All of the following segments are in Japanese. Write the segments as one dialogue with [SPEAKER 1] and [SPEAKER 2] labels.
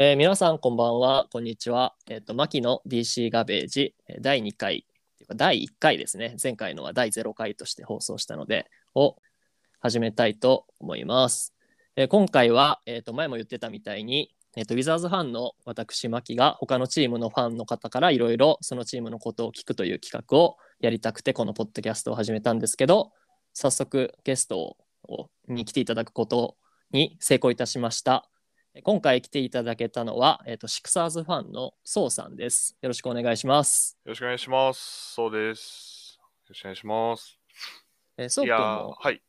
[SPEAKER 1] えー皆さん、こんばんは。こんにちは。えっ、と、牧野 DC ガベージ、えー第2回、っていうか第1回ですね。前回のは第0回として放送したので、を始めたいと思います。えー今回は、えっ、と、前も言ってたみたいに、えっ、と、ウィザーズファンの私、牧が、他のチームのファンの方からいろいろそのチームのことを聞くという企画をやりたくて、このポッドキャストを始めたんですけど、早速ゲストをに来ていただくことに成功いたしました。今回来ていただけたのは、えっとシクサーズファンのソウさんです。よろしくお願いします。
[SPEAKER 2] よろしくお願いします。そうです。よろしくお願いします。
[SPEAKER 1] えー、ソウ
[SPEAKER 2] い
[SPEAKER 1] 君
[SPEAKER 2] やー
[SPEAKER 1] も
[SPEAKER 2] はい。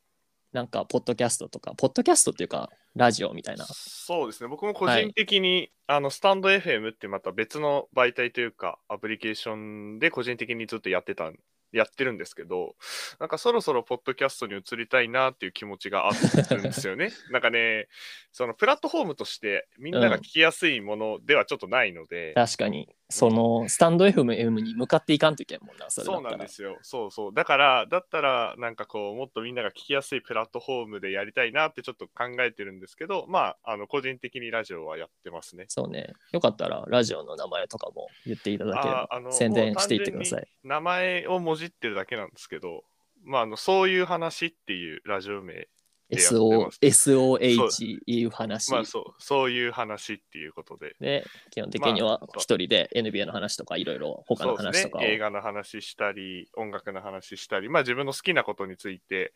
[SPEAKER 1] なんかポッドキャストとか、ポッドキャストっていうかラジオみたいな。
[SPEAKER 2] そうですね。僕も個
[SPEAKER 1] はい
[SPEAKER 2] 人的に、あの、スタンド FM ってまた別の媒体というか、アプリケーションで個人的にずっとやってたん、やってるんですけど、なんかそろそろポッドキャストに移りたいなっていう気持ちがあるんですよ ね。なんかね、そのプラットフォームとしてみんなが聞きやすいものではちょっとないので、
[SPEAKER 1] 確かに、そのスタンド FM に向かっていかんといけんもんな、それだ
[SPEAKER 2] そう
[SPEAKER 1] った
[SPEAKER 2] なん
[SPEAKER 1] ら
[SPEAKER 2] で。すよ。そうそう。だから、だったら、なんかこう、もっとみんなが聞きやすいプラットフォームでやりたいなってちょっと考えてるんですけど、まあ、あの個人的にラジオはやってますね。
[SPEAKER 1] そうね。よかったらラジオの名前とかも言っていただければ
[SPEAKER 2] あーあの
[SPEAKER 1] 宣伝していってください。
[SPEAKER 2] 名前をもじってるだけなんですけど、まあ、あのそういう話っていうラジオ名、単純にやっ
[SPEAKER 1] SO
[SPEAKER 2] てます
[SPEAKER 1] SOH いう話。
[SPEAKER 2] まあそう、そういう話っていうことで。
[SPEAKER 1] で、基本的には一人で NBA の話とかいろいろ他の話とか
[SPEAKER 2] そ
[SPEAKER 1] を
[SPEAKER 2] うですね、映画の話したり音楽の話したりまあ自分の好きなことについて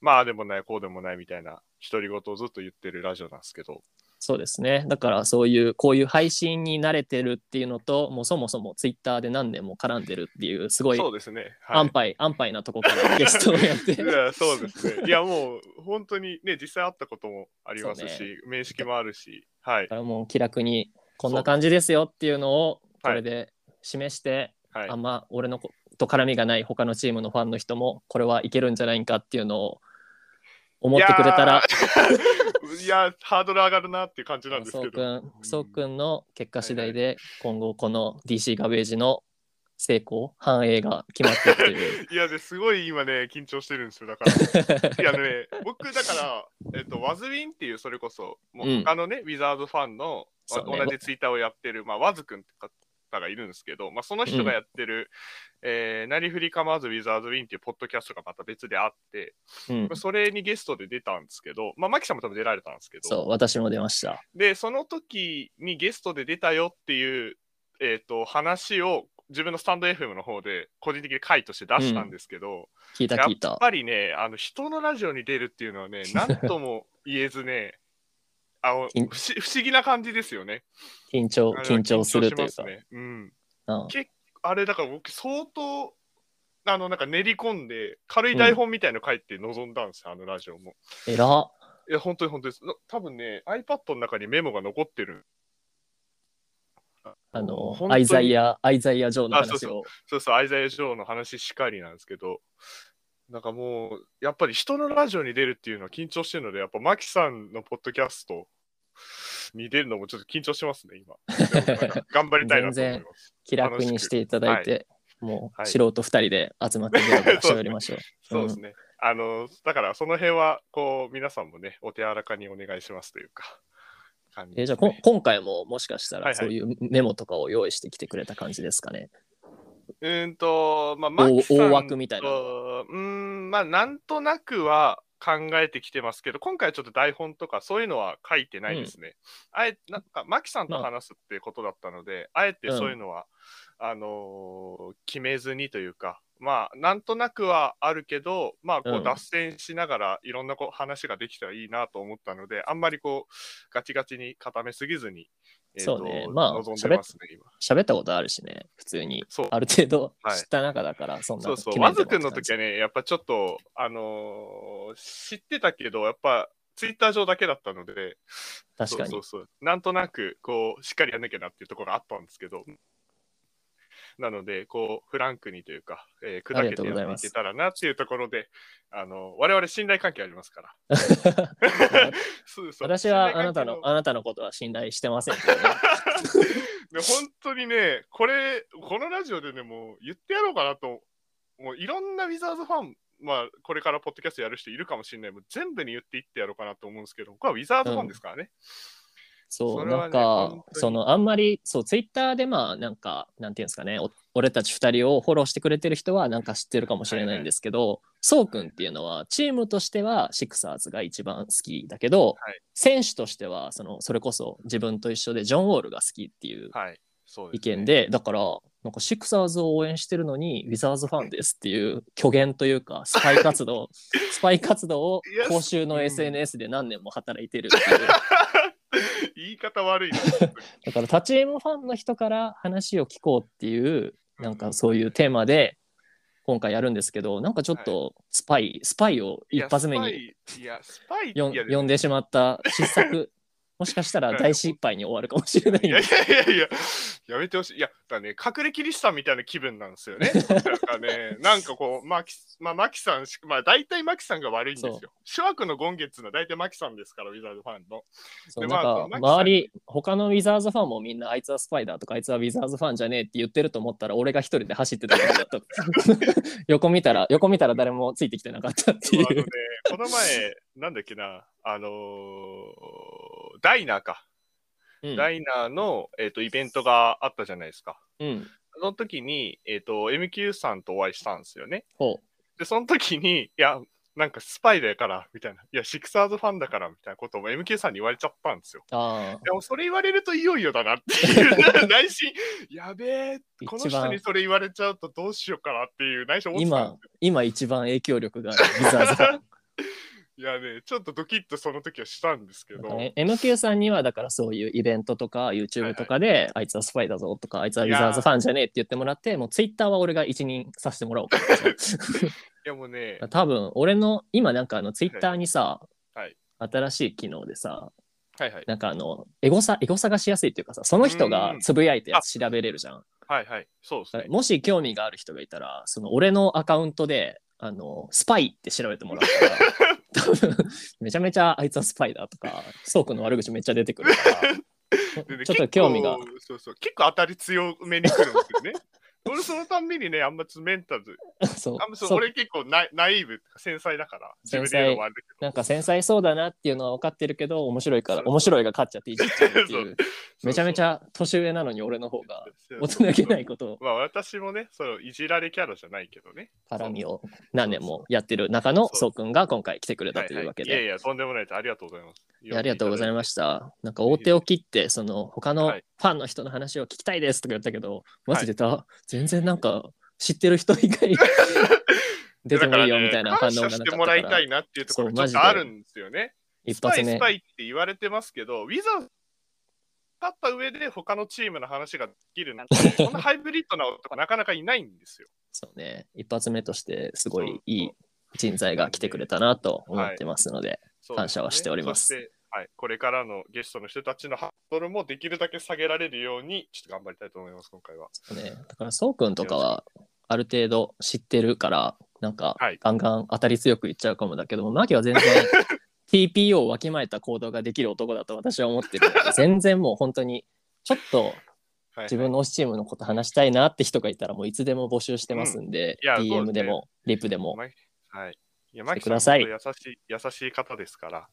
[SPEAKER 2] まあああでもないこうでもないみたいな独り言をずっと言ってるラジオなんですけど
[SPEAKER 1] そうですね。だからそういうこういう配信に慣れてるっていうのと、もうそもそもツイッターで何年も絡んでるっていうすごい
[SPEAKER 2] そうですねはい
[SPEAKER 1] 安牌、安牌なとこからゲストをやって。
[SPEAKER 2] いやそうですね。いやもう本当にね実際会ったこともありますし、
[SPEAKER 1] そう
[SPEAKER 2] 面識もあるし、はい
[SPEAKER 1] だからもう気楽にこんな感じですよっていうのをこ
[SPEAKER 2] はい
[SPEAKER 1] れで示して、
[SPEAKER 2] はい
[SPEAKER 1] あんま俺のこと絡みがない他のチームのファンの人もこれはいけるんじゃないかっていうのを思ってくれたら、
[SPEAKER 2] いやハードル上がるなっていう感じなんです
[SPEAKER 1] そ
[SPEAKER 2] け
[SPEAKER 1] う
[SPEAKER 2] ど。
[SPEAKER 1] く
[SPEAKER 2] は
[SPEAKER 1] ん、そうくんの結果次第で今後この DC ガベージの成功繁栄が決まっていくという。
[SPEAKER 2] いやですごい今ね緊張してるんですよだから。 いやね僕だからえっとワズウィンっていうそれこそも
[SPEAKER 1] う
[SPEAKER 2] うん他のね、ウィザーズファンの、
[SPEAKER 1] そうね
[SPEAKER 2] 同じツイッターをやってるまあワズくんって方がいるんですけど、まあその人がやってる、えーなりふり構わずウィザーズウィンっていうポッドキャストがまた別であって。
[SPEAKER 1] うん
[SPEAKER 2] それにゲストで出たんですけど、まあ、マキさんも多分出られたんですけ
[SPEAKER 1] そう、
[SPEAKER 2] ど、
[SPEAKER 1] 私も出ました。
[SPEAKER 2] で、その時にゲストで出たよっていう、えー、と話を自分のスタンド FM の方で個人的に回として出したんですけど、
[SPEAKER 1] 聞いた
[SPEAKER 2] や
[SPEAKER 1] 聞い
[SPEAKER 2] っ
[SPEAKER 1] た。
[SPEAKER 2] ぱりね、あの人のラジオに出るっていうのは ね、なんとも言えずね、あの
[SPEAKER 1] 緊
[SPEAKER 2] 不思不思議な感じですよね。
[SPEAKER 1] 緊張、
[SPEAKER 2] あれは
[SPEAKER 1] 緊張するという
[SPEAKER 2] 緊張し
[SPEAKER 1] か。
[SPEAKER 2] ますねうん、
[SPEAKER 1] うん
[SPEAKER 2] あれだから僕、相当あのなんか練り込んで、軽い台本みたいの書いて臨んだんですよ、あのラジオも。
[SPEAKER 1] えらっ
[SPEAKER 2] いや、本当に本当です。な多分ね、iPad の中にメモが残ってる。
[SPEAKER 1] あの
[SPEAKER 2] 本当、に
[SPEAKER 1] アイザイア、アイザイア・ジョーの
[SPEAKER 2] あそう
[SPEAKER 1] 話
[SPEAKER 2] そ
[SPEAKER 1] を。
[SPEAKER 2] そうそう、アイザイア・ジョーの話しかりなんですけど、なんかもう、やっぱり人のラジオに出るっていうのは緊張してるので、やっぱマキさんのポッドキャストに出るのもちょっと緊張してますね、今。でもなんか頑張りたいなと思います。
[SPEAKER 1] 気楽にしていただいて、もう、
[SPEAKER 2] はい
[SPEAKER 1] 素人二人で集まってベラベラ喋りま しょう。
[SPEAKER 2] そうですね。あの、だからその辺は、こう、皆さんもね、お手柔らかにお願いしますというか、感じ
[SPEAKER 1] え
[SPEAKER 2] です
[SPEAKER 1] じゃあ
[SPEAKER 2] ね
[SPEAKER 1] こん今回ももしかしたら
[SPEAKER 2] はいはい
[SPEAKER 1] そういうメモとかを用意してきてくれた感じですかね。
[SPEAKER 2] うーんと、まあ、マ
[SPEAKER 1] 大
[SPEAKER 2] キさん
[SPEAKER 1] 大枠みたいなのは。
[SPEAKER 2] とうーん、まあ、なんとなくは考えてきてますけど、今回ちょっと台本とかそういうのは書いてないですね。あえなんか、マキさんと
[SPEAKER 1] まあ
[SPEAKER 2] 話すってことだったので、あえて
[SPEAKER 1] うん
[SPEAKER 2] そういうのは、あのー決めずにというか、まあ、なんとなくはあるけど、まあ、こ
[SPEAKER 1] うん
[SPEAKER 2] う、脱線しながらいろんなこう話ができたらいいなと思ったので、あんまりこう、ガチガチに固めすぎずに、えーと
[SPEAKER 1] そうねまあ
[SPEAKER 2] 臨んでますね、今。
[SPEAKER 1] 喋ったことあるしね、普通に。
[SPEAKER 2] そう
[SPEAKER 1] ある程度
[SPEAKER 2] はい
[SPEAKER 1] 知った中だから、そんな
[SPEAKER 2] そうそう、
[SPEAKER 1] 決
[SPEAKER 2] 和
[SPEAKER 1] めても
[SPEAKER 2] ズくんの時はね、やっぱちょっと、あのー知ってたけど、やっぱ、ツイッター上だけだったので、
[SPEAKER 1] 確かに
[SPEAKER 2] そうそうそうなんとなく、こう、しっかりやんなきゃなっていうところがあったんですけど、なので、こう、フランクにというか、えー、
[SPEAKER 1] あ
[SPEAKER 2] 砕
[SPEAKER 1] りが
[SPEAKER 2] け
[SPEAKER 1] とう
[SPEAKER 2] て
[SPEAKER 1] ござい
[SPEAKER 2] や
[SPEAKER 1] ま
[SPEAKER 2] っ
[SPEAKER 1] す
[SPEAKER 2] ていけたらなっていうところで、あの、我々信頼関係ありますから。そうそ う
[SPEAKER 1] 私はあなたの
[SPEAKER 2] 信頼関係
[SPEAKER 1] あなたのことは信頼してませんけどね、
[SPEAKER 2] で本当にね、これ、このラジオでね、もう言ってやろうかなと、もういろんなウィザーズファン、まあ、これからポッドキャストやる人いるかもしれない、もう全部に言っていってやろうかなと思うんですけど、僕はウィザーズファンですからね。
[SPEAKER 1] そ、
[SPEAKER 2] そうれは
[SPEAKER 1] な
[SPEAKER 2] ね
[SPEAKER 1] んか
[SPEAKER 2] 本、当に
[SPEAKER 1] その、あんまり、そう、ツイッターで、まあ、なんか、なんていうんですかね、お俺たち二人をフォローしてくれてる人は、なんか知ってるかもしれないんですけど、そうくんっていうのは、チームとしては、シクサーズが一番好きだけど、
[SPEAKER 2] はい
[SPEAKER 1] 選手としては、その、それこそ自分と一緒で、ジョン・ウォールが好きっていう
[SPEAKER 2] はい。そうで
[SPEAKER 1] 意
[SPEAKER 2] すね
[SPEAKER 1] 見で、だから、なんか、シクサーズを応援してるのに、ウィザーズファンですっていう虚言というか、スパイ活 動、スパイ活動を
[SPEAKER 2] いや
[SPEAKER 1] 公衆
[SPEAKER 2] う
[SPEAKER 1] の
[SPEAKER 2] ん
[SPEAKER 1] SNS で何年も働いてるっていう。
[SPEAKER 2] 言い方悪いな。
[SPEAKER 1] だから立ち M ファンの人から話を聞こうっていうなんかそういうテーマで今回やるんですけどなんかちょっとスパイ、スパイを 一発目に
[SPEAKER 2] いや、スパイいや、スパイ
[SPEAKER 1] よん
[SPEAKER 2] いや
[SPEAKER 1] 呼んでしまった失 策もしかしたら大失敗に終わるかもしれないん
[SPEAKER 2] いや
[SPEAKER 1] で
[SPEAKER 2] いやいやいや、やめてほしい。いや、だね、隠れキリシタンみたいな気分なんですよね。なん かね、なんかこう、マキまあ、マキさんし、まあ、大体マキさんが悪いんです
[SPEAKER 1] そ
[SPEAKER 2] よ。諸悪の権月の大体マキさんですから、ウィザーズファンの。
[SPEAKER 1] そう
[SPEAKER 2] でま
[SPEAKER 1] な
[SPEAKER 2] あ
[SPEAKER 1] んか
[SPEAKER 2] マキさん
[SPEAKER 1] 周り他のウィザーズファンもみんなあいつはスパイだとかあいつはウィザーズファンじゃねえって言ってると思ったら俺が一人で走ってただけだった 横見たら横見たら誰もついてきてなかったってい
[SPEAKER 2] あのね
[SPEAKER 1] う、
[SPEAKER 2] この前、なんだっけな、あのーダイナーか。
[SPEAKER 1] うん
[SPEAKER 2] ダイナーの、えっとイベントがあったじゃないですか。
[SPEAKER 1] うん
[SPEAKER 2] その時に、えっ、と、MQ さんとお会いしたんですよね。
[SPEAKER 1] ほ
[SPEAKER 2] で、その時に、いや、なんかスパイだから、みたいな、いや、シクサーズファンだから、みたいなことも MQ さんに言われちゃったんですよ。
[SPEAKER 1] うああ
[SPEAKER 2] でも、それ言われるといよいよだなって いう、内心、やべえ、この
[SPEAKER 1] 一
[SPEAKER 2] 人
[SPEAKER 1] 番
[SPEAKER 2] にそれ言われちゃうとどうしようかなっていう、内心思ってたん
[SPEAKER 1] 今
[SPEAKER 2] ですよ。、
[SPEAKER 1] 今一番影響力があるウィザーズファン
[SPEAKER 2] いやね、ちょっとドキッとその時はしたんですけ
[SPEAKER 1] だ
[SPEAKER 2] ど
[SPEAKER 1] から、ね MQ さんにはだからそういうイベントとか YouTube とかで、あいつはスパイだぞとかあいつはウィザーズファンじゃねえって言ってもらってもう Twitter は俺が一任させてもらおうか
[SPEAKER 2] いやもうね
[SPEAKER 1] な、多分俺の今なんかあの Twitter にさ、
[SPEAKER 2] はい
[SPEAKER 1] 新しい機能でさ
[SPEAKER 2] はいはい、
[SPEAKER 1] なんかあのエゴさエゴ探しやすいっていうかさその人がつぶやいたやつ調べれるじゃん
[SPEAKER 2] はいはい、そうです
[SPEAKER 1] だか
[SPEAKER 2] ね
[SPEAKER 1] ら。もし興味がある人がいたらその俺のアカウントであのスパイって調べてもらったら 多分めちゃめちゃあいつはスパイだとか倉庫の悪口めっちゃ出てくるか
[SPEAKER 2] で
[SPEAKER 1] ら
[SPEAKER 2] ね
[SPEAKER 1] ちょっと
[SPEAKER 2] 結構
[SPEAKER 1] 興味が
[SPEAKER 2] そうそう。結構当たり強めに来るんですよね。俺そのたんびにね、あんまつメンタル、
[SPEAKER 1] そ
[SPEAKER 2] あんま
[SPEAKER 1] う
[SPEAKER 2] そう
[SPEAKER 1] そう
[SPEAKER 2] 俺結構ナナイーブ、繊細だから、自
[SPEAKER 1] 繊細
[SPEAKER 2] 分で言うのもあるけど。
[SPEAKER 1] なんか繊細そうだなっていうのは分かってるけど面白いから
[SPEAKER 2] そう
[SPEAKER 1] 面白いが勝っちゃっていじっちゃうっていうめちゃめち
[SPEAKER 2] ゃ
[SPEAKER 1] ゃ年上なのに俺の方が大人げないことを
[SPEAKER 2] まあ私もね、そういじられキャラじゃないけどね。
[SPEAKER 1] 絡みを何年もやってる中の
[SPEAKER 2] そ
[SPEAKER 1] そううくんが今回来てくれた
[SPEAKER 2] はい
[SPEAKER 1] と
[SPEAKER 2] はい
[SPEAKER 1] いうわけ
[SPEAKER 2] いやい
[SPEAKER 1] で。
[SPEAKER 2] や、とんでもないです。ありがとうございます。
[SPEAKER 1] いやありがとうござい
[SPEAKER 2] す。
[SPEAKER 1] ました。なんか大手を切って、その他の
[SPEAKER 2] はい
[SPEAKER 1] ファンの人の話を聞きたいですとか言ったけど、マジでた、全然なんか知ってる人以 外出てもいいよみたいな反応がなか
[SPEAKER 2] 感謝
[SPEAKER 1] っ
[SPEAKER 2] して
[SPEAKER 1] た
[SPEAKER 2] も
[SPEAKER 1] から
[SPEAKER 2] らいた
[SPEAKER 1] ら
[SPEAKER 2] いなっていうところ
[SPEAKER 1] そう
[SPEAKER 2] が
[SPEAKER 1] マ
[SPEAKER 2] ち
[SPEAKER 1] ジで
[SPEAKER 2] ょっとあるんですよね。
[SPEAKER 1] 一発目
[SPEAKER 2] スパイスパイって言われてますけど、ウィザーズ勝った上で他のチームの話ができ るなんて、そんなハイブリッドな男なかなかいないんですよ。
[SPEAKER 1] そうね一発目としてすご
[SPEAKER 2] そう
[SPEAKER 1] いいい人材が来てくれたなと思ってますので、
[SPEAKER 2] そうですね
[SPEAKER 1] 感謝はしております
[SPEAKER 2] そしてはい、これからのゲストの人たちのハードルもできるだけ下げられるように、ちょっと頑張りたいと思います、今回は。
[SPEAKER 1] そうねだからそうくんとかはある程度知ってるからなんか
[SPEAKER 2] はい
[SPEAKER 1] ガンガン当たり強く言っちゃうかもだけども、マキは 全然 TPO をわきまえた行動ができる男だと私は思ってるので全然もう本当にちょっと
[SPEAKER 2] はい
[SPEAKER 1] 自分の推しチームのこと話したいなって人がいたらもういつでも募集してますんで、
[SPEAKER 2] うんいやそうですね
[SPEAKER 1] DM でもリプでも
[SPEAKER 2] はい。いや、マキ
[SPEAKER 1] ください
[SPEAKER 2] 本当優しい、優しい方ですから。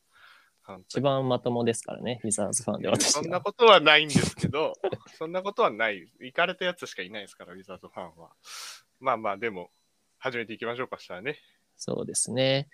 [SPEAKER 2] 本当
[SPEAKER 1] 一
[SPEAKER 2] に
[SPEAKER 1] 番まともですからねウィザーズファンで私
[SPEAKER 2] そんな
[SPEAKER 1] が
[SPEAKER 2] ことはないんですけど、 そんなことはない。行かれたやつしかいないですから、ウィザーズファンは。まあまあ、でも、始めていきましょうか、したらね。
[SPEAKER 1] そうですね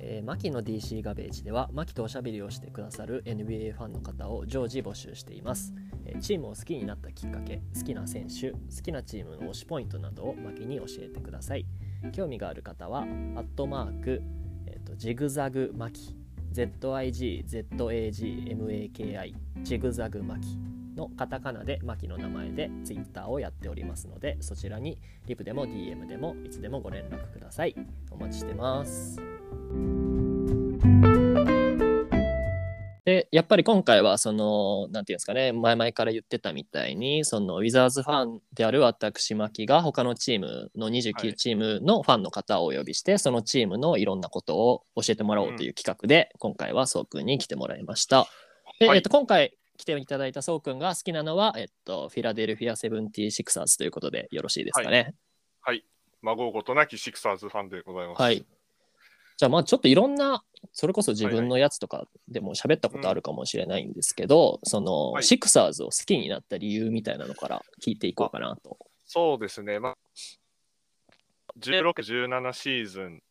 [SPEAKER 1] えー、マキの DC ガベージではマキとおしゃべりをしてくださる NBA ファンの方を常時募集しています、えーチームを好きになったきっかけ好きな選手好きなチームの推しポイントなどをマキに教えてください興味がある方はアットマーク、えー、とジグザグマキ ZIGZAGMAKI ジグザグマキのカタカナでマキの名前で Twitter をやっておりますのでそちらにリプでも DM でもいつでもご連絡くださいお待ちしてますでやっぱり今回はそのなんていうんですかね前々から言ってたみたいにそのウィザーズファンである私牧が他のチームの
[SPEAKER 2] はい
[SPEAKER 1] 29チームのファンの方をお呼びして、そのチームのいろんなことを教えてもらおうという企画で、今回はそうくんに来てもらいました。で
[SPEAKER 2] はい
[SPEAKER 1] えっと、今回来ていただいたそうくんが好きなのは、えっと、フィラデルフィア・セブンティシクサーズということでよろしいですかね。
[SPEAKER 2] はい。まごうことなきシクサーズファンでございます。
[SPEAKER 1] はい。じゃあまあちょっといろんなそれこそ自分のやつとかでも喋ったことあるかもしれないんですけど、その、
[SPEAKER 2] はい
[SPEAKER 1] シクサーズを好きになった理由みたいなのから聞いていこうかなと。
[SPEAKER 2] そうですね、まあ、16、17シーズン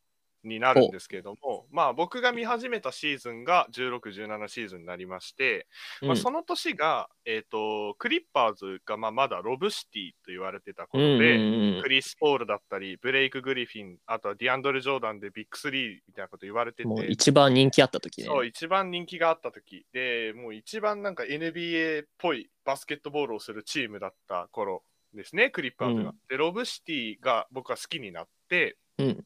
[SPEAKER 2] になるんですけれども、まあ、僕が見始めたシーズンが16、17シーズンになりまして、ま
[SPEAKER 1] う
[SPEAKER 2] あ、
[SPEAKER 1] ん
[SPEAKER 2] その年が、えー、とクリッパーズが、まあ、まだロブシティと言われてた
[SPEAKER 1] う
[SPEAKER 2] 頃
[SPEAKER 1] んうん
[SPEAKER 2] で、
[SPEAKER 1] うん
[SPEAKER 2] クリス・ポールだったり、ブレイク・グリフィン、あとはディアンドル・ジョーダンでビッグスリーみたいなこと言われてて
[SPEAKER 1] もう、一番人気あった時ね。
[SPEAKER 2] そう、一番人気があった時で、もう一番なんか NBA っぽいバスケットボールをするチームだった頃ですね、クリッパーズが。
[SPEAKER 1] うん
[SPEAKER 2] で、ロブシティが僕は好きになって、
[SPEAKER 1] うん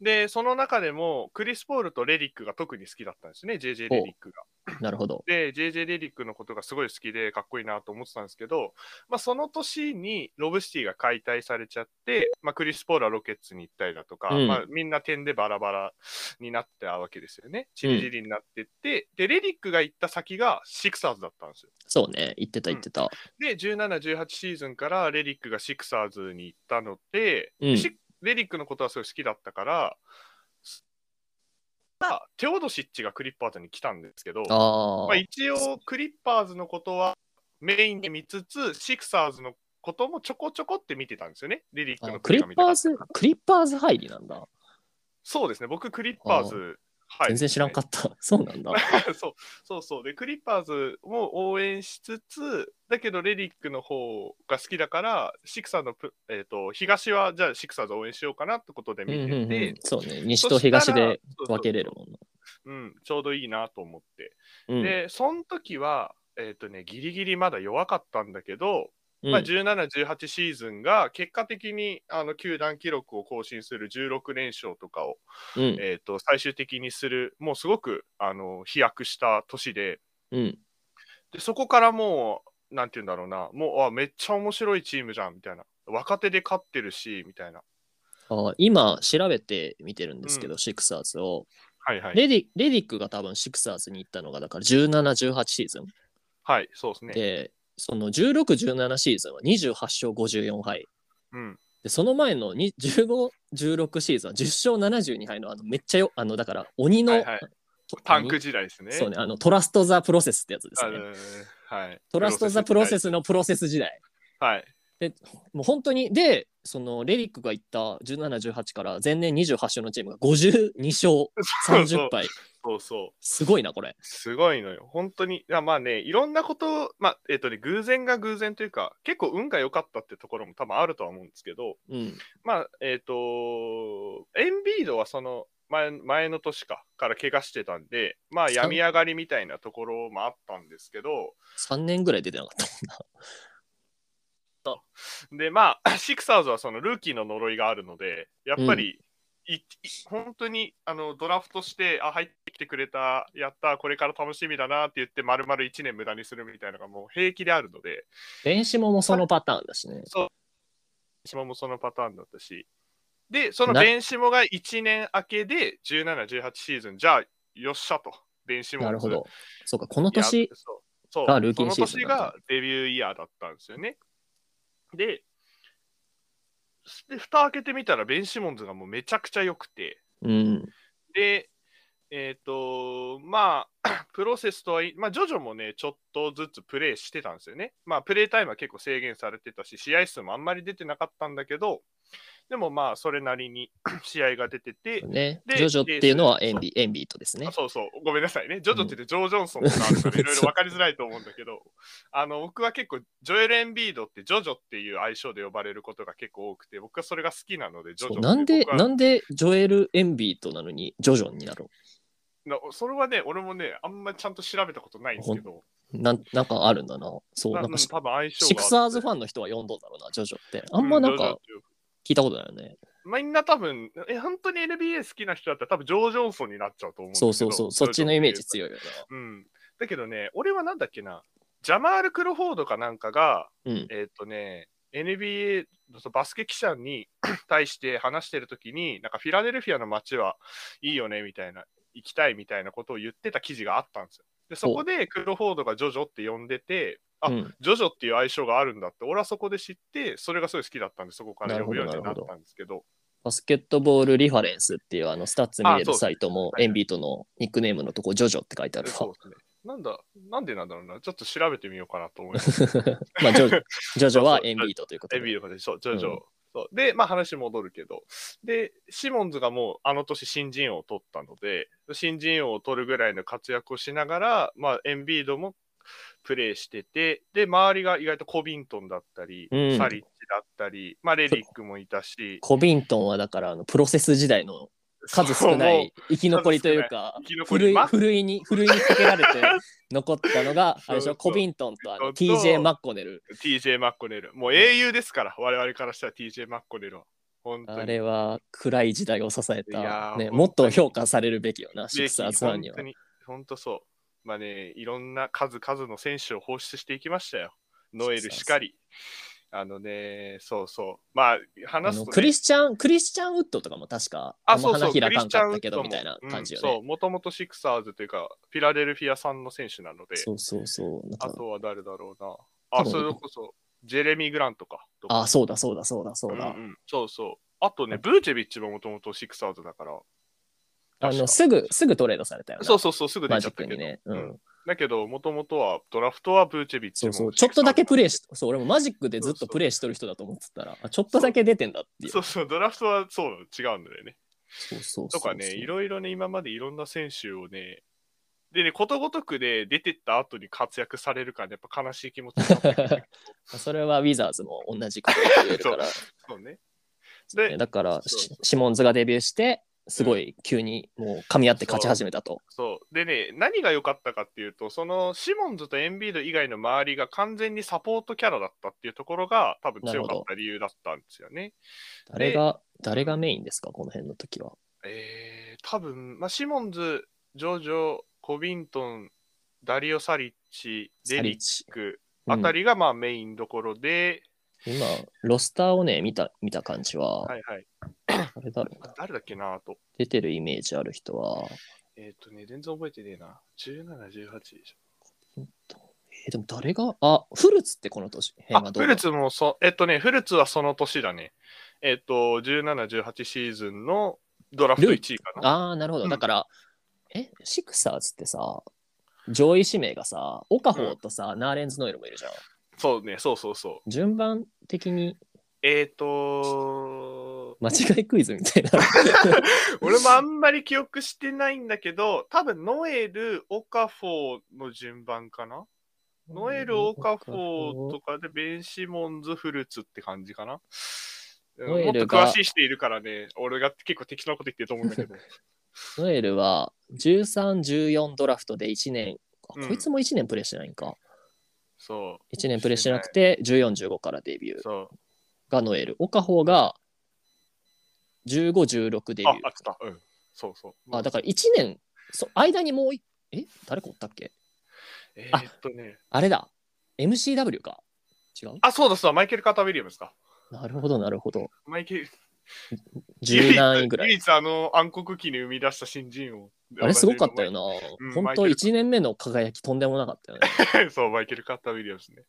[SPEAKER 2] で、その中でもクリス・ポールとレリックが特に好きだったんですね、JJ レリックが。
[SPEAKER 1] なるほど。
[SPEAKER 2] で、JJ レリックのことがすごい好きでかっこいいなと思ってたんですけど、まあ、その年にロブシティが解体されちゃって、まあ、クリス・ポールはロケッツに行ったりだとか、
[SPEAKER 1] うん
[SPEAKER 2] まあ、みんな点でバラバラになってたわけですよね。チリチリになってって、で、レリックが行った先がシクサーズだったんですよ。
[SPEAKER 1] そうね、言ってた言ってた。
[SPEAKER 2] で、17、18シーズンからレリックがシクサーズに行ったので、
[SPEAKER 1] うん
[SPEAKER 2] シレリックのことはすごい好きだったから、まあ、テオドシッチがクリッパーズに来たんですけど、
[SPEAKER 1] あ
[SPEAKER 2] まあ、
[SPEAKER 1] あ、
[SPEAKER 2] 一応、クリッパーズのことはメインで見つつ、シクサーズのこともちょこちょこって見てたんですよね、リリックの
[SPEAKER 1] あクリ
[SPEAKER 2] ことが
[SPEAKER 1] ッ
[SPEAKER 2] 見た
[SPEAKER 1] パ
[SPEAKER 2] か
[SPEAKER 1] ー
[SPEAKER 2] った
[SPEAKER 1] ズ、クリッパーズ入りなんだ。
[SPEAKER 2] そうですね、僕、クリッパーズ、はい、
[SPEAKER 1] 全然知らんか
[SPEAKER 2] っ
[SPEAKER 1] った。 そうなんだ。
[SPEAKER 2] た。 そうそうそうで、クリッパーズも応援しつつ、だけど、レリックの方が好きだから、シクサーのプ、えー、と東は、じゃあ、シクサーズ応援しようかなってことで
[SPEAKER 1] うん
[SPEAKER 2] 見て
[SPEAKER 1] う
[SPEAKER 2] て、
[SPEAKER 1] んうん、そうね、西と東で分けれるもんな。
[SPEAKER 2] そうそうそううん、ちょうどいいなと思って。
[SPEAKER 1] うん
[SPEAKER 2] で、その時は、えっ、とね、ギリギリまだ弱かったんだけど、
[SPEAKER 1] うん
[SPEAKER 2] まあ、17、18シーズンが結果的にあの球団記録を更新する16連勝とかを、
[SPEAKER 1] うん
[SPEAKER 2] えー、と最終的にする、もうすごくあの飛躍した年で
[SPEAKER 1] うん
[SPEAKER 2] で、そこからもう、なんて言うんだろうな、もうあめっちゃ面白いチームじゃんみたいな、若手で勝ってるしみたいな。
[SPEAKER 1] あー今調べてみてるんですけど、シクサーズを、
[SPEAKER 2] はいはい。
[SPEAKER 1] レディレディックが多分シクサーズに行ったのがだから1718シーズン
[SPEAKER 2] はい、そうですね。
[SPEAKER 1] でその1617シーズンは28勝54敗
[SPEAKER 2] うん、
[SPEAKER 1] でその前の1516シーズンは10勝72敗のあのめっちゃよあのだから鬼の、
[SPEAKER 2] はいはいパンク時代ですね。
[SPEAKER 1] そうねあのトラスト・ザ・プロセスってやつです
[SPEAKER 2] あ
[SPEAKER 1] ね
[SPEAKER 2] のーはい。
[SPEAKER 1] トラスト・ザ・プロセスのプロセス時代
[SPEAKER 2] はい。
[SPEAKER 1] もう本当にでそのレディックが行った1718から前年28勝のチームが52勝30敗
[SPEAKER 2] そうそう。
[SPEAKER 1] すごいなこれ
[SPEAKER 2] すごいのよ。本当に。あまあね、いろんなこと、まあ、えっ、とね、偶然が偶然というか、結構運が良かったってところも多分あるとは思うんですけど、
[SPEAKER 1] うん
[SPEAKER 2] まあ、えっ、と、エンビードはその前、前の年か、から怪我してたんで、まあ、
[SPEAKER 1] そう
[SPEAKER 2] 病み上がりみたいなところもあったんですけど、
[SPEAKER 1] 3年ぐらい出てなかった
[SPEAKER 2] で、まあ、 シクサーズはそのルーキーの呪いがあるので、やっぱり、いい本当にあのドラフトして、あ、入ってきてくれた、やった、これから楽しみだなって言って、丸々1年無駄にするみたいなのがもう平気であるので、
[SPEAKER 1] 電子ももそのパターンだしね。
[SPEAKER 2] 下もそのパターンだったし、で、そのベンシモが1年明けで、17、18シーズン、じゃあ、よっしゃと、ベンシモ
[SPEAKER 1] なるほ
[SPEAKER 2] こ
[SPEAKER 1] ど。そうか、この年、
[SPEAKER 2] そう
[SPEAKER 1] が
[SPEAKER 2] そ
[SPEAKER 1] ルーキー
[SPEAKER 2] うその
[SPEAKER 1] シーズン
[SPEAKER 2] 年
[SPEAKER 1] だった
[SPEAKER 2] がデビューイヤーだったんですよね。で、で蓋開けてみたら、ベン・シモンズがもうめちゃくちゃ良くて、
[SPEAKER 1] うん、
[SPEAKER 2] で、えっ、と、まあ、 プロセスとはいまあ、ジョジョもね、ちょっとずつプレイしてたんですよね。まあ、プレイタイムは結構制限されてたし、試合数もあんまり出てなかったんだけど、でもまあ、それなりに 試合が出てて、
[SPEAKER 1] ね。
[SPEAKER 2] で
[SPEAKER 1] ジョジョっていうのはエンビエンビートですね
[SPEAKER 2] あ。そうそう、ごめんなさいね。ジョジョって言って、ジョー・ジョンソンとかあるから、いろいろ分かりづらいと思うんだけど、あの、僕は結構、ジョエル・エンビードって、ジョジョっていう愛称で呼ばれることが結構多くて、僕はそれが好きなので、ジョ
[SPEAKER 1] そ
[SPEAKER 2] ジョっ
[SPEAKER 1] う
[SPEAKER 2] て
[SPEAKER 1] なんで、
[SPEAKER 2] 僕は
[SPEAKER 1] なんでジョエル・エンビートなのにジョジョンになる
[SPEAKER 2] なそれはね、俺もね、あんまちゃんと調べたことないんですけど、
[SPEAKER 1] なんなんかあるんだな。そう、
[SPEAKER 2] な
[SPEAKER 1] なん
[SPEAKER 2] ん
[SPEAKER 1] かシ
[SPEAKER 2] 多分相性があって
[SPEAKER 1] シクサーズファンの人は読んどんだろうな、ジョジョって。あんまなん
[SPEAKER 2] うジョジ
[SPEAKER 1] か
[SPEAKER 2] ョっていう
[SPEAKER 1] 聞いたことないよね。
[SPEAKER 2] みんな多分、え、本当に NBA 好きな人だったら多分ジョー・ジョンソンになっちゃうと思うんだけ
[SPEAKER 1] そ
[SPEAKER 2] ど
[SPEAKER 1] うそうそう、そっちのイメージ
[SPEAKER 2] い。
[SPEAKER 1] 強いよ
[SPEAKER 2] うん。だけどね、俺はなんだっけな、ジャマール・クロフォードかなんかが、
[SPEAKER 1] な。うん。
[SPEAKER 2] えっ、とね、NBA のそのバスケ記者に 対して話してるときに、なんかフィラデルフィアの街はいいよねみたいな、行きたいみたいなことを言ってた記事があったんですよ。で、そこでクロフォードがジョジョって呼んでて、あ
[SPEAKER 1] うん、
[SPEAKER 2] ジョジョっていう愛称があるんだって、俺はそこで知って、それがすごい好きだったんで、そこから呼ぶように
[SPEAKER 1] なる
[SPEAKER 2] なっ
[SPEAKER 1] ほど
[SPEAKER 2] たんですけど、
[SPEAKER 1] バスケットボールリファレンスっていうあのスタッツ見れ
[SPEAKER 2] あそう
[SPEAKER 1] る
[SPEAKER 2] です
[SPEAKER 1] サイトも、
[SPEAKER 2] はい
[SPEAKER 1] エンビートのニックネームのとこ、ジョジョって書いてあるわ
[SPEAKER 2] そうですね。なんだ、なんでなんだろうな。ちょっと調べてみようかなと思 います。
[SPEAKER 1] ま あジョジョ、ジョジョはエンビートということ
[SPEAKER 2] エ
[SPEAKER 1] で。
[SPEAKER 2] ビーとかで、そう、ジョジョ。
[SPEAKER 1] うん
[SPEAKER 2] そうで、まあ話戻るけど。で、シモンズがもうあの年新人王を取ったので、新人王を取るぐらいの活躍をしながら、まあエンビードもプレーしてて、で、周りが意外とコビントンだったり、
[SPEAKER 1] うん
[SPEAKER 2] サリッチだったり、まあレディックもいたし、
[SPEAKER 1] コビントンはだからあのプロセス時代の数少な
[SPEAKER 2] そうもう
[SPEAKER 1] い生き残りというか
[SPEAKER 2] 生き残
[SPEAKER 1] ふ
[SPEAKER 2] り
[SPEAKER 1] るい
[SPEAKER 2] マッ
[SPEAKER 1] ふるい にふるいにかけられて残ったのがあれでし
[SPEAKER 2] そうそ
[SPEAKER 1] ょ
[SPEAKER 2] う
[SPEAKER 1] コビントンとあの
[SPEAKER 2] コビントンと
[SPEAKER 1] TJ マッコネル
[SPEAKER 2] TJ マッコネル。もう英雄ですから、我々からしたら TJ マッコネルは。本当に。
[SPEAKER 1] あれは暗い時代を支え
[SPEAKER 2] いや
[SPEAKER 1] た、
[SPEAKER 2] ー
[SPEAKER 1] ね、
[SPEAKER 2] 本当に
[SPEAKER 1] もっと評価されるべきよなシクサーズファンには
[SPEAKER 2] 本当。に、本当そう。まあね、いろんな数々の選手を放出していきましたよ。ノエルしかり。あのね、そうそう。まあ、
[SPEAKER 1] あ
[SPEAKER 2] 話す
[SPEAKER 1] の
[SPEAKER 2] と、ね、
[SPEAKER 1] クリスチャンクリスチャンウッドとかも確か
[SPEAKER 2] あ
[SPEAKER 1] あんま
[SPEAKER 2] そうそ
[SPEAKER 1] 花
[SPEAKER 2] う
[SPEAKER 1] 開
[SPEAKER 2] クリ
[SPEAKER 1] かん
[SPEAKER 2] スチャ
[SPEAKER 1] かっ
[SPEAKER 2] ンウ
[SPEAKER 1] たけ
[SPEAKER 2] ッ
[SPEAKER 1] ど
[SPEAKER 2] ド
[SPEAKER 1] み
[SPEAKER 2] も
[SPEAKER 1] たいな感じよ
[SPEAKER 2] うんそ
[SPEAKER 1] ね
[SPEAKER 2] う、。もともとシクサーズというか、フィラデルフィア産の選手なので、
[SPEAKER 1] そうそうそう。なん
[SPEAKER 2] あ
[SPEAKER 1] か
[SPEAKER 2] とは誰だろうな。あ、
[SPEAKER 1] 多分
[SPEAKER 2] それこそ、ジェレミー・グラントか。とか
[SPEAKER 1] あそうだそうだそうだそうだ。
[SPEAKER 2] んんそうそう。あとね、ブーチェビッチももともとシクサーズだから。
[SPEAKER 1] あの
[SPEAKER 2] 確か
[SPEAKER 1] すぐすぐトレードされたよな。
[SPEAKER 2] そうそうそう、すぐ出
[SPEAKER 1] マ
[SPEAKER 2] ち
[SPEAKER 1] ジ
[SPEAKER 2] ゃっ
[SPEAKER 1] ック
[SPEAKER 2] たけ
[SPEAKER 1] に
[SPEAKER 2] ど。
[SPEAKER 1] ね。うん
[SPEAKER 2] だけど、もともとはドラフトはブーチェビッチ
[SPEAKER 1] そ
[SPEAKER 2] も
[SPEAKER 1] うそうちょっとだけプレイしそう俺もマジックでずっ
[SPEAKER 2] そ
[SPEAKER 1] と
[SPEAKER 2] うそう
[SPEAKER 1] プレイしとる人だと思ってたらあちょっとだけ出てんだっていう
[SPEAKER 2] そうそう、ドラフトはそうなの違うんだよね。
[SPEAKER 1] そうそうそ
[SPEAKER 2] と
[SPEAKER 1] う
[SPEAKER 2] かね、いろいろね、今までいろんな選手をね、でね、ことごとくね、出てった後に活躍されるからね、やっぱ悲しい気持ちになってくる ね
[SPEAKER 1] それはウィザーズも同じことが言えるから
[SPEAKER 2] そうね。
[SPEAKER 1] ね
[SPEAKER 2] で
[SPEAKER 1] だから
[SPEAKER 2] そう
[SPEAKER 1] シシモンズがデビューしてすごい急にもう噛み合って勝ち始めたと、
[SPEAKER 2] そう。でね、何が良かったかっていうと、そのシモンズとエンビード以外の周りが完全にサポートキャラだったっていうところが、多分強かった理由だったんですよね。
[SPEAKER 1] 誰が誰がメインですかこの辺の時は
[SPEAKER 2] えー、多分、まあ、シモンズ、ジョジョ、コビントン、ダリオ・サリッチ、デ
[SPEAKER 1] サ
[SPEAKER 2] リ
[SPEAKER 1] リッ
[SPEAKER 2] ッ
[SPEAKER 1] チ、
[SPEAKER 2] ク
[SPEAKER 1] う
[SPEAKER 2] あ
[SPEAKER 1] ん
[SPEAKER 2] たりがまあメインどころで、
[SPEAKER 1] 今ロスターをね見た見た感じは、
[SPEAKER 2] はいはい。
[SPEAKER 1] あれだろうな
[SPEAKER 2] 誰だっけなあと。
[SPEAKER 1] 出てるイメージある人は
[SPEAKER 2] えっ、とね、全然覚えてねえな。17、18でし
[SPEAKER 1] えでも誰があフルツってこの年
[SPEAKER 2] ょ。
[SPEAKER 1] 辺
[SPEAKER 2] あ、
[SPEAKER 1] はどう
[SPEAKER 2] フ
[SPEAKER 1] だ
[SPEAKER 2] ルツもそ、えっ、とね、フルツはその年だね。えっ、と、17、18シーズンのドラフト
[SPEAKER 1] ルー
[SPEAKER 2] 1位かな。
[SPEAKER 1] ああ、なるほど。
[SPEAKER 2] うん
[SPEAKER 1] だから、え、シクサーズってさ、上位指名がさ、オカホーとさ、ナーレンズ・ノイルもいるじゃん。
[SPEAKER 2] そうね、そうそうそう。
[SPEAKER 1] 順番的に
[SPEAKER 2] えっ、と
[SPEAKER 1] 間違いクイズみたいな。
[SPEAKER 2] 俺もあんまり記憶してないんだけど、多分ノエル、オカフォーの順番かな ノエル、オカフォーとかでベンシモンズ、フルーツって感じかなうん
[SPEAKER 1] ノ
[SPEAKER 2] も
[SPEAKER 1] エ
[SPEAKER 2] っと
[SPEAKER 1] ルが
[SPEAKER 2] 詳しい人いるからね、俺が結構適当なこと言ってると思うんだけど。
[SPEAKER 1] ノエルは13、14ドラフトで1年、あ
[SPEAKER 2] うん
[SPEAKER 1] こいつも1年プレイしてないんか。
[SPEAKER 2] そ
[SPEAKER 1] 1年プレイしてなくて、14、15からデビュ
[SPEAKER 2] う、
[SPEAKER 1] ー
[SPEAKER 2] そう。
[SPEAKER 1] がノエル。オカホーが15、16デビュ
[SPEAKER 2] あ
[SPEAKER 1] ー、。
[SPEAKER 2] あった、うん。そうそう。
[SPEAKER 1] あだから1年、そ間にもうい、え誰かおったっけ
[SPEAKER 2] えーっとね。
[SPEAKER 1] あれだ。MCW か。違う
[SPEAKER 2] あ、そうだそうだ、マイケル・カーター・ウィリアムズか。
[SPEAKER 1] なるほど、なるほど。
[SPEAKER 2] マイケル、
[SPEAKER 1] 10何位ぐら い。
[SPEAKER 2] 唯一あの暗黒期に生み出した新人王。
[SPEAKER 1] あれすごかったよ
[SPEAKER 2] な。
[SPEAKER 1] な
[SPEAKER 2] うん。
[SPEAKER 1] 本当1年目の輝きとんでもなかったよね。
[SPEAKER 2] そう、マイケル・カーター・ウィリアムズね。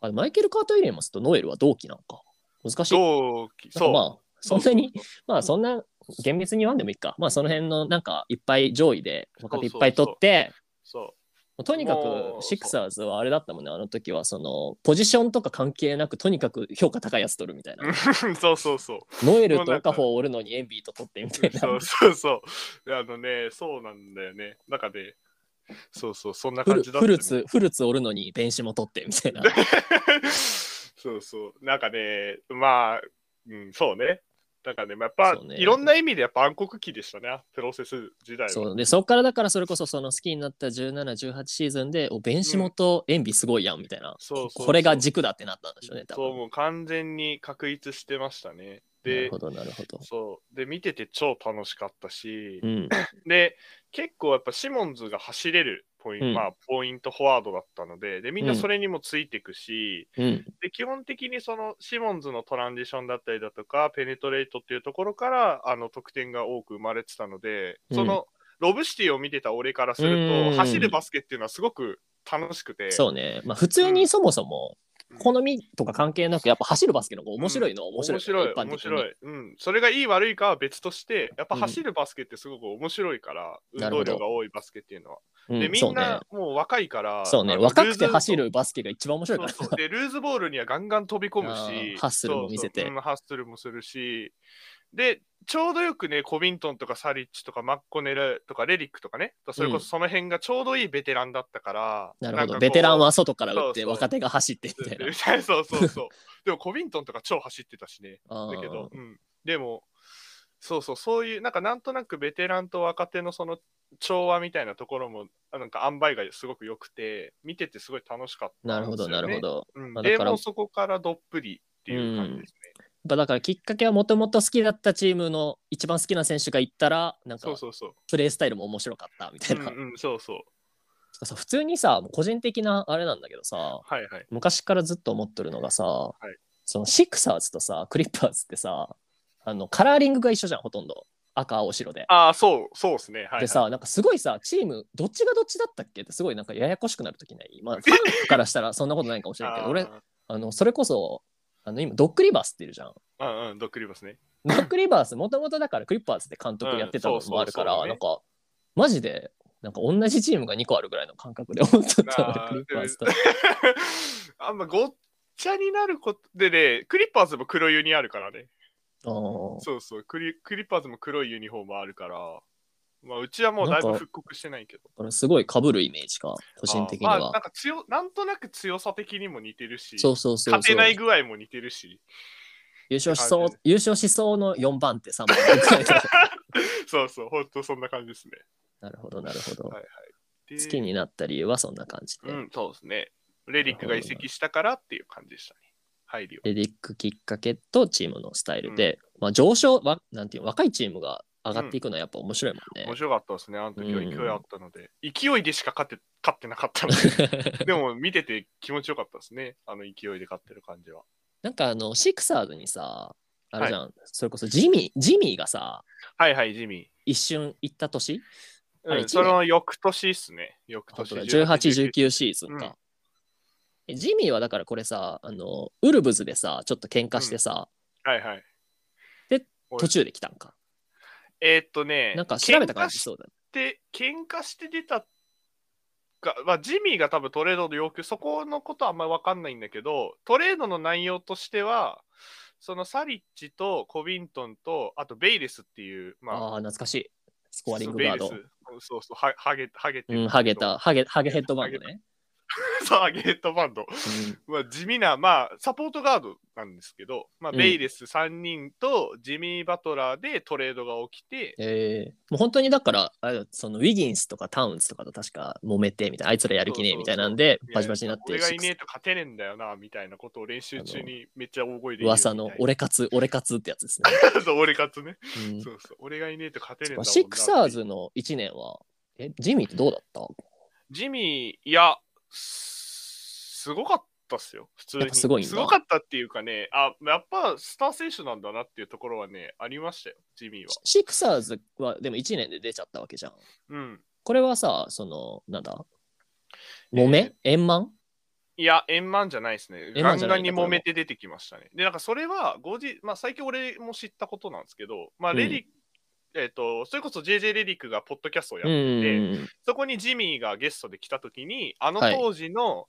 [SPEAKER 1] あれマイケル・カート・ウィリアムスとノエルは同期なんか。難しい。
[SPEAKER 2] 同期、
[SPEAKER 1] なんか
[SPEAKER 2] そう。
[SPEAKER 1] まあ、そんなに、まあそんな厳密に言わんでもいいか。まあその辺のなんかいっぱい上位で若手いっぱい取って、
[SPEAKER 2] そ
[SPEAKER 1] もうとにか
[SPEAKER 2] も
[SPEAKER 1] く
[SPEAKER 2] う
[SPEAKER 1] シクサーズはあれだったもんね、あの時はそのポジションとか関係なくとにかく評価高いやつ取るみたいな。
[SPEAKER 2] う。 そうそうそう。
[SPEAKER 1] ノエル
[SPEAKER 2] もう
[SPEAKER 1] と
[SPEAKER 2] なん
[SPEAKER 1] オ
[SPEAKER 2] か
[SPEAKER 1] カフォーおるのにエンビーと取ってみたい
[SPEAKER 2] そ
[SPEAKER 1] な
[SPEAKER 2] う。そうそう。あのね、そうなんだよね。なんかね、そうそう、そんな
[SPEAKER 1] フ
[SPEAKER 2] 感
[SPEAKER 1] ル
[SPEAKER 2] じだった、
[SPEAKER 1] フルツ、フルツおるのに弁士も取ってみたい な。
[SPEAKER 2] そうそう。なんかね、まあ、うん、そうね。なんかね、まあ、やっぱ、
[SPEAKER 1] そうね
[SPEAKER 2] いろんな意味でやっぱ暗黒期でしたね、プロセス時代は。
[SPEAKER 1] そうでそこからだからそれこそその好きになった1718シーズンでお弁士元演技すごいやんみたいな、
[SPEAKER 2] そうそうそう
[SPEAKER 1] これが軸だってなったんでしょうね多
[SPEAKER 2] そう
[SPEAKER 1] 分
[SPEAKER 2] もう完全に確立してましたね。
[SPEAKER 1] なる
[SPEAKER 2] で
[SPEAKER 1] ほ、どなるほど
[SPEAKER 2] そう。で、見てて超楽しかったし、
[SPEAKER 1] うん
[SPEAKER 2] で、結構やっぱシモンズが走れるポイント、
[SPEAKER 1] うん
[SPEAKER 2] まあ、ポイントフォワードだったので、で、みんなそれにもついてくし、
[SPEAKER 1] うん
[SPEAKER 2] で基本的にそのシモンズのトランジションだったりだとか、ペネトレートっていうところからあの得点が多く生まれてたので、
[SPEAKER 1] うん
[SPEAKER 2] そのロブシティを見てた俺からする
[SPEAKER 1] うん
[SPEAKER 2] と、走るバスケっていうのはすごく楽しくて、
[SPEAKER 1] そうねまあ普通にそもそも好みとか関係なく、やっぱ走るバスケの方が面白いのは面白い
[SPEAKER 2] 面白い、
[SPEAKER 1] よね、
[SPEAKER 2] 面
[SPEAKER 1] 一般的に
[SPEAKER 2] 白い。うん。それがいい悪いかは別として、やっぱ走るバスケってすごく面白いから、
[SPEAKER 1] な
[SPEAKER 2] 運
[SPEAKER 1] るほ
[SPEAKER 2] 動
[SPEAKER 1] ど
[SPEAKER 2] 量が多いバスケっていうのは。
[SPEAKER 1] うん
[SPEAKER 2] で、みんなもう若いから、
[SPEAKER 1] そうね、そうね
[SPEAKER 2] あの
[SPEAKER 1] 若くて走。
[SPEAKER 2] ルーズ
[SPEAKER 1] るバスケが一番面白いから。
[SPEAKER 2] そうそうで、ルーズボールにはガンガン飛び込むし
[SPEAKER 1] あー、ハッスルも見せて
[SPEAKER 2] そうそううんハッスルもするし、で、ちょうどよくね、コビントンとかサリッチとかマッコネルとかレリックとかね、それこそその辺がちょうどいいベテランだったから、
[SPEAKER 1] なるほ
[SPEAKER 2] んかこ
[SPEAKER 1] ど、
[SPEAKER 2] う
[SPEAKER 1] ベテランは外から打っ
[SPEAKER 2] そう
[SPEAKER 1] て、
[SPEAKER 2] そう
[SPEAKER 1] 若手が走ってみた いな。
[SPEAKER 2] そうそ うそう。でもコビントンとか超走ってたしね。
[SPEAKER 1] あ
[SPEAKER 2] だけど
[SPEAKER 1] ー、
[SPEAKER 2] うん、でもそうそうそういうなんかなんとなくベテランと若手のその調和みたいなところもあなんか塩梅がすごく良くて見ててすごい楽しかった
[SPEAKER 1] なんるほ
[SPEAKER 2] です
[SPEAKER 1] ど、
[SPEAKER 2] よ
[SPEAKER 1] な
[SPEAKER 2] ね
[SPEAKER 1] るほど。
[SPEAKER 2] うん
[SPEAKER 1] まあだ
[SPEAKER 2] で
[SPEAKER 1] から
[SPEAKER 2] もうそこからどっぷりっていう感じですね、
[SPEAKER 1] やっぱだからきっかけはもともと好きだったチームの一番好きな選手が行ったら、なん
[SPEAKER 2] そ
[SPEAKER 1] か
[SPEAKER 2] うそうそう
[SPEAKER 1] プレースタイルも面白かったみた
[SPEAKER 2] う
[SPEAKER 1] いな。
[SPEAKER 2] ん、うん、そうそう
[SPEAKER 1] さ普通にさ、もう個人的なあれなんだけどさ、
[SPEAKER 2] はいはい
[SPEAKER 1] 昔からずっと思ってるのがさ、
[SPEAKER 2] い
[SPEAKER 1] そのシクサーズとさ、クリッパーズってさ、あのカラーリングが一緒じゃん、ほとんど。赤、青、白で。
[SPEAKER 2] ああそうそうですねはい、はい、
[SPEAKER 1] でさ、なんかすごいさ、チーム、どっちがどっちだったっけってすごいなんかややこしくなるときない。 まあ、ファンからしたらそんなことないかもしれないけ
[SPEAKER 2] あ
[SPEAKER 1] ど、
[SPEAKER 2] ー
[SPEAKER 1] 俺、あの、それこそ、あの、今、ドックリバースっているじゃん。
[SPEAKER 2] うんうんドックリバスね
[SPEAKER 1] ドックリバース、もともとだからクリッパーズで監督やってたの
[SPEAKER 2] うんそうそうそう
[SPEAKER 1] もあるから、
[SPEAKER 2] ね
[SPEAKER 1] なんか、マジで、なんか同じチームが2個あるぐらいの感覚で思っとったので
[SPEAKER 2] あー
[SPEAKER 1] クリッパーズと
[SPEAKER 2] で。もあんまごっちゃになることでねクリッパーズも黒湯にあるからね
[SPEAKER 1] あー
[SPEAKER 2] そうそうクリ、クリッパーズも黒いユニフォームあるから、まあ、うちはもうだいぶ
[SPEAKER 1] なんか
[SPEAKER 2] 復刻してないけど、
[SPEAKER 1] これすごい被るイメージか、個人的に
[SPEAKER 2] あーまあ、な
[SPEAKER 1] は。
[SPEAKER 2] んか強なんとなく強さ的にも似てるし、
[SPEAKER 1] そうそうそう
[SPEAKER 2] 勝
[SPEAKER 1] そ
[SPEAKER 2] て
[SPEAKER 1] う。
[SPEAKER 2] ない具合も似てるし、
[SPEAKER 1] 優勝し
[SPEAKER 2] っ
[SPEAKER 1] そ
[SPEAKER 2] て感じ
[SPEAKER 1] う、優勝しそうの4番手、3番手ぐらいで
[SPEAKER 2] そうそう、本当そんな感じですね。
[SPEAKER 1] なるほど、なるほど。
[SPEAKER 2] はいで
[SPEAKER 1] 好きになった理由はそんな感じで。
[SPEAKER 2] うん、そうですね。レリックが移籍したからっていう感じでしたね。配慮。
[SPEAKER 1] レディックきっかけとチームのスタイルで、まあ上昇は、なんていうの若いチームが上がっていくのはやっぱ面白いもんね。
[SPEAKER 2] 面白かったですね、あの時は
[SPEAKER 1] うん
[SPEAKER 2] 勢いあったので、勢いでしか勝って勝ってなかったの で、でも見てて気持ちよかったですね、あの勢いで勝ってる感じは。
[SPEAKER 1] なんかあの、シクサーズにさ、あれじゃん、それこそジミー、ジミーがさ、
[SPEAKER 2] はいはい、ジミー。
[SPEAKER 1] 一瞬行った年、あれ
[SPEAKER 2] う
[SPEAKER 1] 一
[SPEAKER 2] ん、
[SPEAKER 1] 年
[SPEAKER 2] その翌年っすね。翌
[SPEAKER 1] 本
[SPEAKER 2] 年
[SPEAKER 1] 当だ18、19シーズン
[SPEAKER 2] うん
[SPEAKER 1] か。えジミーはだからこれさ、あの、ウルブズでさ、ちょっと喧嘩してさ、
[SPEAKER 2] はいはい。うん
[SPEAKER 1] 途中で来たんか。
[SPEAKER 2] えーっとね、
[SPEAKER 1] なんか調べた感じ
[SPEAKER 2] 喧嘩し
[SPEAKER 1] そうだね。
[SPEAKER 2] て、喧嘩して出たか、まあ、ジミーが多分トレードの要求、そこのことはあんまり分かんないんだけど、トレードの内容としては、そのサリッチとコビントンと、あとベイレスっていう、ま
[SPEAKER 1] あ
[SPEAKER 2] あ、
[SPEAKER 1] あー、懐かしい。スコアリングガード
[SPEAKER 2] ベイ。レスそうそう、はハゲ、ハゲて
[SPEAKER 1] う
[SPEAKER 2] る
[SPEAKER 1] ん、ハゲ。た、ハゲ、ハゲヘッドバンドね。
[SPEAKER 2] そう、ハゲヘッドバンド。
[SPEAKER 1] うん
[SPEAKER 2] まあ、地味な、まあ、サポートガードなんですけど、まあ、
[SPEAKER 1] うん
[SPEAKER 2] ベイレス3人とジミー・バトラーでトレードが起きて、
[SPEAKER 1] えー、もう本当にだからあれそのウィギンスとかタウンズとかと確か揉めてみたいなあいつらやる気ねえみたいなんで
[SPEAKER 2] いや
[SPEAKER 1] バチバチになって
[SPEAKER 2] 俺が
[SPEAKER 1] シ
[SPEAKER 2] い
[SPEAKER 1] ック
[SPEAKER 2] ねえ
[SPEAKER 1] ス
[SPEAKER 2] と勝てねえんだよな、みたいなことを練習中にめっちゃ大声で言う
[SPEAKER 1] 噂 の
[SPEAKER 2] み
[SPEAKER 1] 俺勝つ俺勝つってやつです
[SPEAKER 2] たいなそう俺勝つね。
[SPEAKER 1] ね、うん
[SPEAKER 2] そうそう。俺がいねえと勝てねえんだもんな
[SPEAKER 1] シックサーズの1年は、え、ジミーってどうだった
[SPEAKER 2] ジミー、いや、すすごかったっすよ。普通
[SPEAKER 1] やっ
[SPEAKER 2] に。
[SPEAKER 1] ぱすごいんだ
[SPEAKER 2] かったっていうかね、あ、やっぱスター選手なんだなっていうところはね、ありましたよ、ジミーは。
[SPEAKER 1] シックサーズはでも1年で出ちゃったわけじゃん。
[SPEAKER 2] うん。
[SPEAKER 1] これはさ、その、なんだ揉め、円満
[SPEAKER 2] いや、円満じゃないですね。
[SPEAKER 1] 円
[SPEAKER 2] ガ
[SPEAKER 1] 満
[SPEAKER 2] ン
[SPEAKER 1] じゃな
[SPEAKER 2] ガ
[SPEAKER 1] い
[SPEAKER 2] ン
[SPEAKER 1] んだ
[SPEAKER 2] に揉めて出てきましたね。で、なんかそれは、後日、まあ最近俺も知ったことなんですけど、まあ
[SPEAKER 1] うん
[SPEAKER 2] レリック、えっ、と、それこそ JJ レリックがポッドキャストをやっ
[SPEAKER 1] う
[SPEAKER 2] て、
[SPEAKER 1] ん。
[SPEAKER 2] そこにジミーがゲストで来たときに、あの
[SPEAKER 1] はい
[SPEAKER 2] 当時の、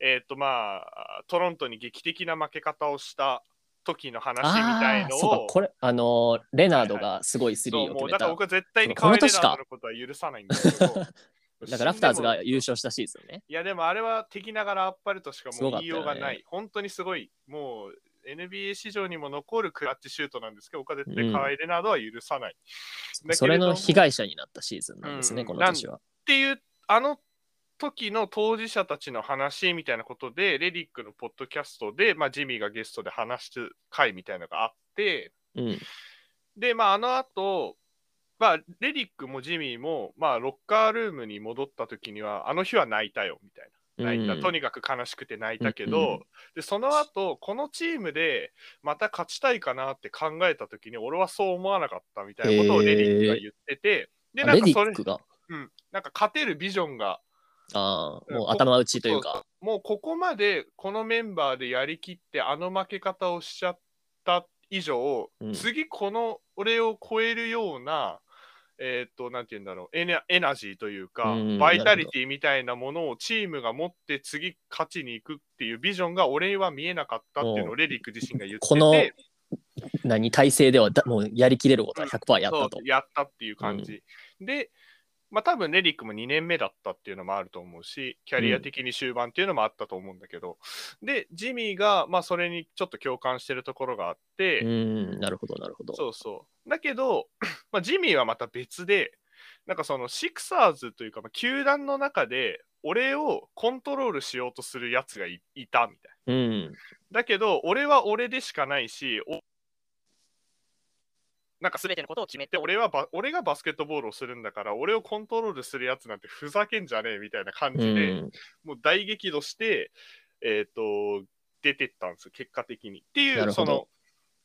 [SPEAKER 2] えっ、とまあ、トロントに劇的な負け方をした時の話みた
[SPEAKER 1] あ
[SPEAKER 2] い
[SPEAKER 1] あ、
[SPEAKER 2] の
[SPEAKER 1] そうか、
[SPEAKER 2] を、
[SPEAKER 1] これ、あの、レナードがすごいスリ
[SPEAKER 2] そう
[SPEAKER 1] ーを決
[SPEAKER 2] もう
[SPEAKER 1] め
[SPEAKER 2] だか
[SPEAKER 1] た。
[SPEAKER 2] ら僕は絶対に
[SPEAKER 1] そうこ
[SPEAKER 2] カ
[SPEAKER 1] の
[SPEAKER 2] ワイレ
[SPEAKER 1] 年
[SPEAKER 2] ナ
[SPEAKER 1] か。
[SPEAKER 2] ードのことは許さないんですけど
[SPEAKER 1] だから、ラフターズが
[SPEAKER 2] 死んでも
[SPEAKER 1] 優勝したシーズンね。
[SPEAKER 2] いやでもあれは敵ながらあっぱれとしかもう言いよう
[SPEAKER 1] すごか
[SPEAKER 2] が
[SPEAKER 1] った
[SPEAKER 2] な
[SPEAKER 1] よ
[SPEAKER 2] い。本当にすごい。もう NBA 史上にも残るクラッチシュートなんですけど、僕は絶対カワイレナードは許さない。だけれども
[SPEAKER 1] それの被害者になったシーズンなんですね、
[SPEAKER 2] うん
[SPEAKER 1] この年は。
[SPEAKER 2] っていう、あの時の当事者たちの話みたいなことで、レリックのポッドキャストで、まあ、ジミーがゲストで話してる回みたいなのがあって、
[SPEAKER 1] うん。
[SPEAKER 2] で、まあ、あの後、まあ、レリックもジミーも、まあ、ロッカールームに戻った時には、あの日は泣いたよ、みたいな。泣いた、
[SPEAKER 1] うん
[SPEAKER 2] とにかく悲しくて泣いたけ
[SPEAKER 1] うんう
[SPEAKER 2] ど、
[SPEAKER 1] ん
[SPEAKER 2] でその後このチームでまた勝ちたいかなって考えた時に俺はそう思わなかったみたいなことをレディックが言ってて、で
[SPEAKER 1] あ
[SPEAKER 2] な
[SPEAKER 1] レ
[SPEAKER 2] ん
[SPEAKER 1] ディ
[SPEAKER 2] かそれ
[SPEAKER 1] ックが、
[SPEAKER 2] うん、なんか勝てるビジョンが
[SPEAKER 1] ああ、もう
[SPEAKER 2] こ
[SPEAKER 1] 頭打ちという
[SPEAKER 2] そ
[SPEAKER 1] か。
[SPEAKER 2] もうここまでこのメンバーでやりきってあの負け方をしちゃった以上、
[SPEAKER 1] うん
[SPEAKER 2] 次この俺を超えるような、えっ、と、なんて言うんだろう、エネエナジーというか、
[SPEAKER 1] うん
[SPEAKER 2] バイタリティみたいなものをチームが持って次勝ちに行くっていうビジョンが俺は見えなかったっていう
[SPEAKER 1] お
[SPEAKER 2] のをレリック自身が言ってて、
[SPEAKER 1] この何体制ではだもうやりきれることは100%やっ
[SPEAKER 2] そう
[SPEAKER 1] たと。
[SPEAKER 2] やったっていう感じ。で、まあ多分レリックも2年目だったっていうのもあると思うし、キャリア的に終盤っていうのもあったと思うんだけど、で、ジミーが、まあそれにちょっと共感してるところがあって、
[SPEAKER 1] うん、なるほど、なるほど。
[SPEAKER 2] そうそう。だけど、 まあ、ジミーはまた別で、なんかそのシクサーズというか、まあ、球団の中で、俺をコントロールしようとするやつがいいたみたいな。
[SPEAKER 1] うん、
[SPEAKER 2] だけど、俺は俺でしかないし、おなんか全てのことを決めて俺はバ、俺がバスケットボールをするんだから、俺をコントロールするやつなんてふざけんじゃねえみたいな感
[SPEAKER 1] う
[SPEAKER 2] じで、
[SPEAKER 1] ん、
[SPEAKER 2] もう大激怒して、えっ、と、出てったんですよ、結果的に。ってい
[SPEAKER 1] なる
[SPEAKER 2] う、
[SPEAKER 1] ほ
[SPEAKER 2] そ
[SPEAKER 1] ど
[SPEAKER 2] の、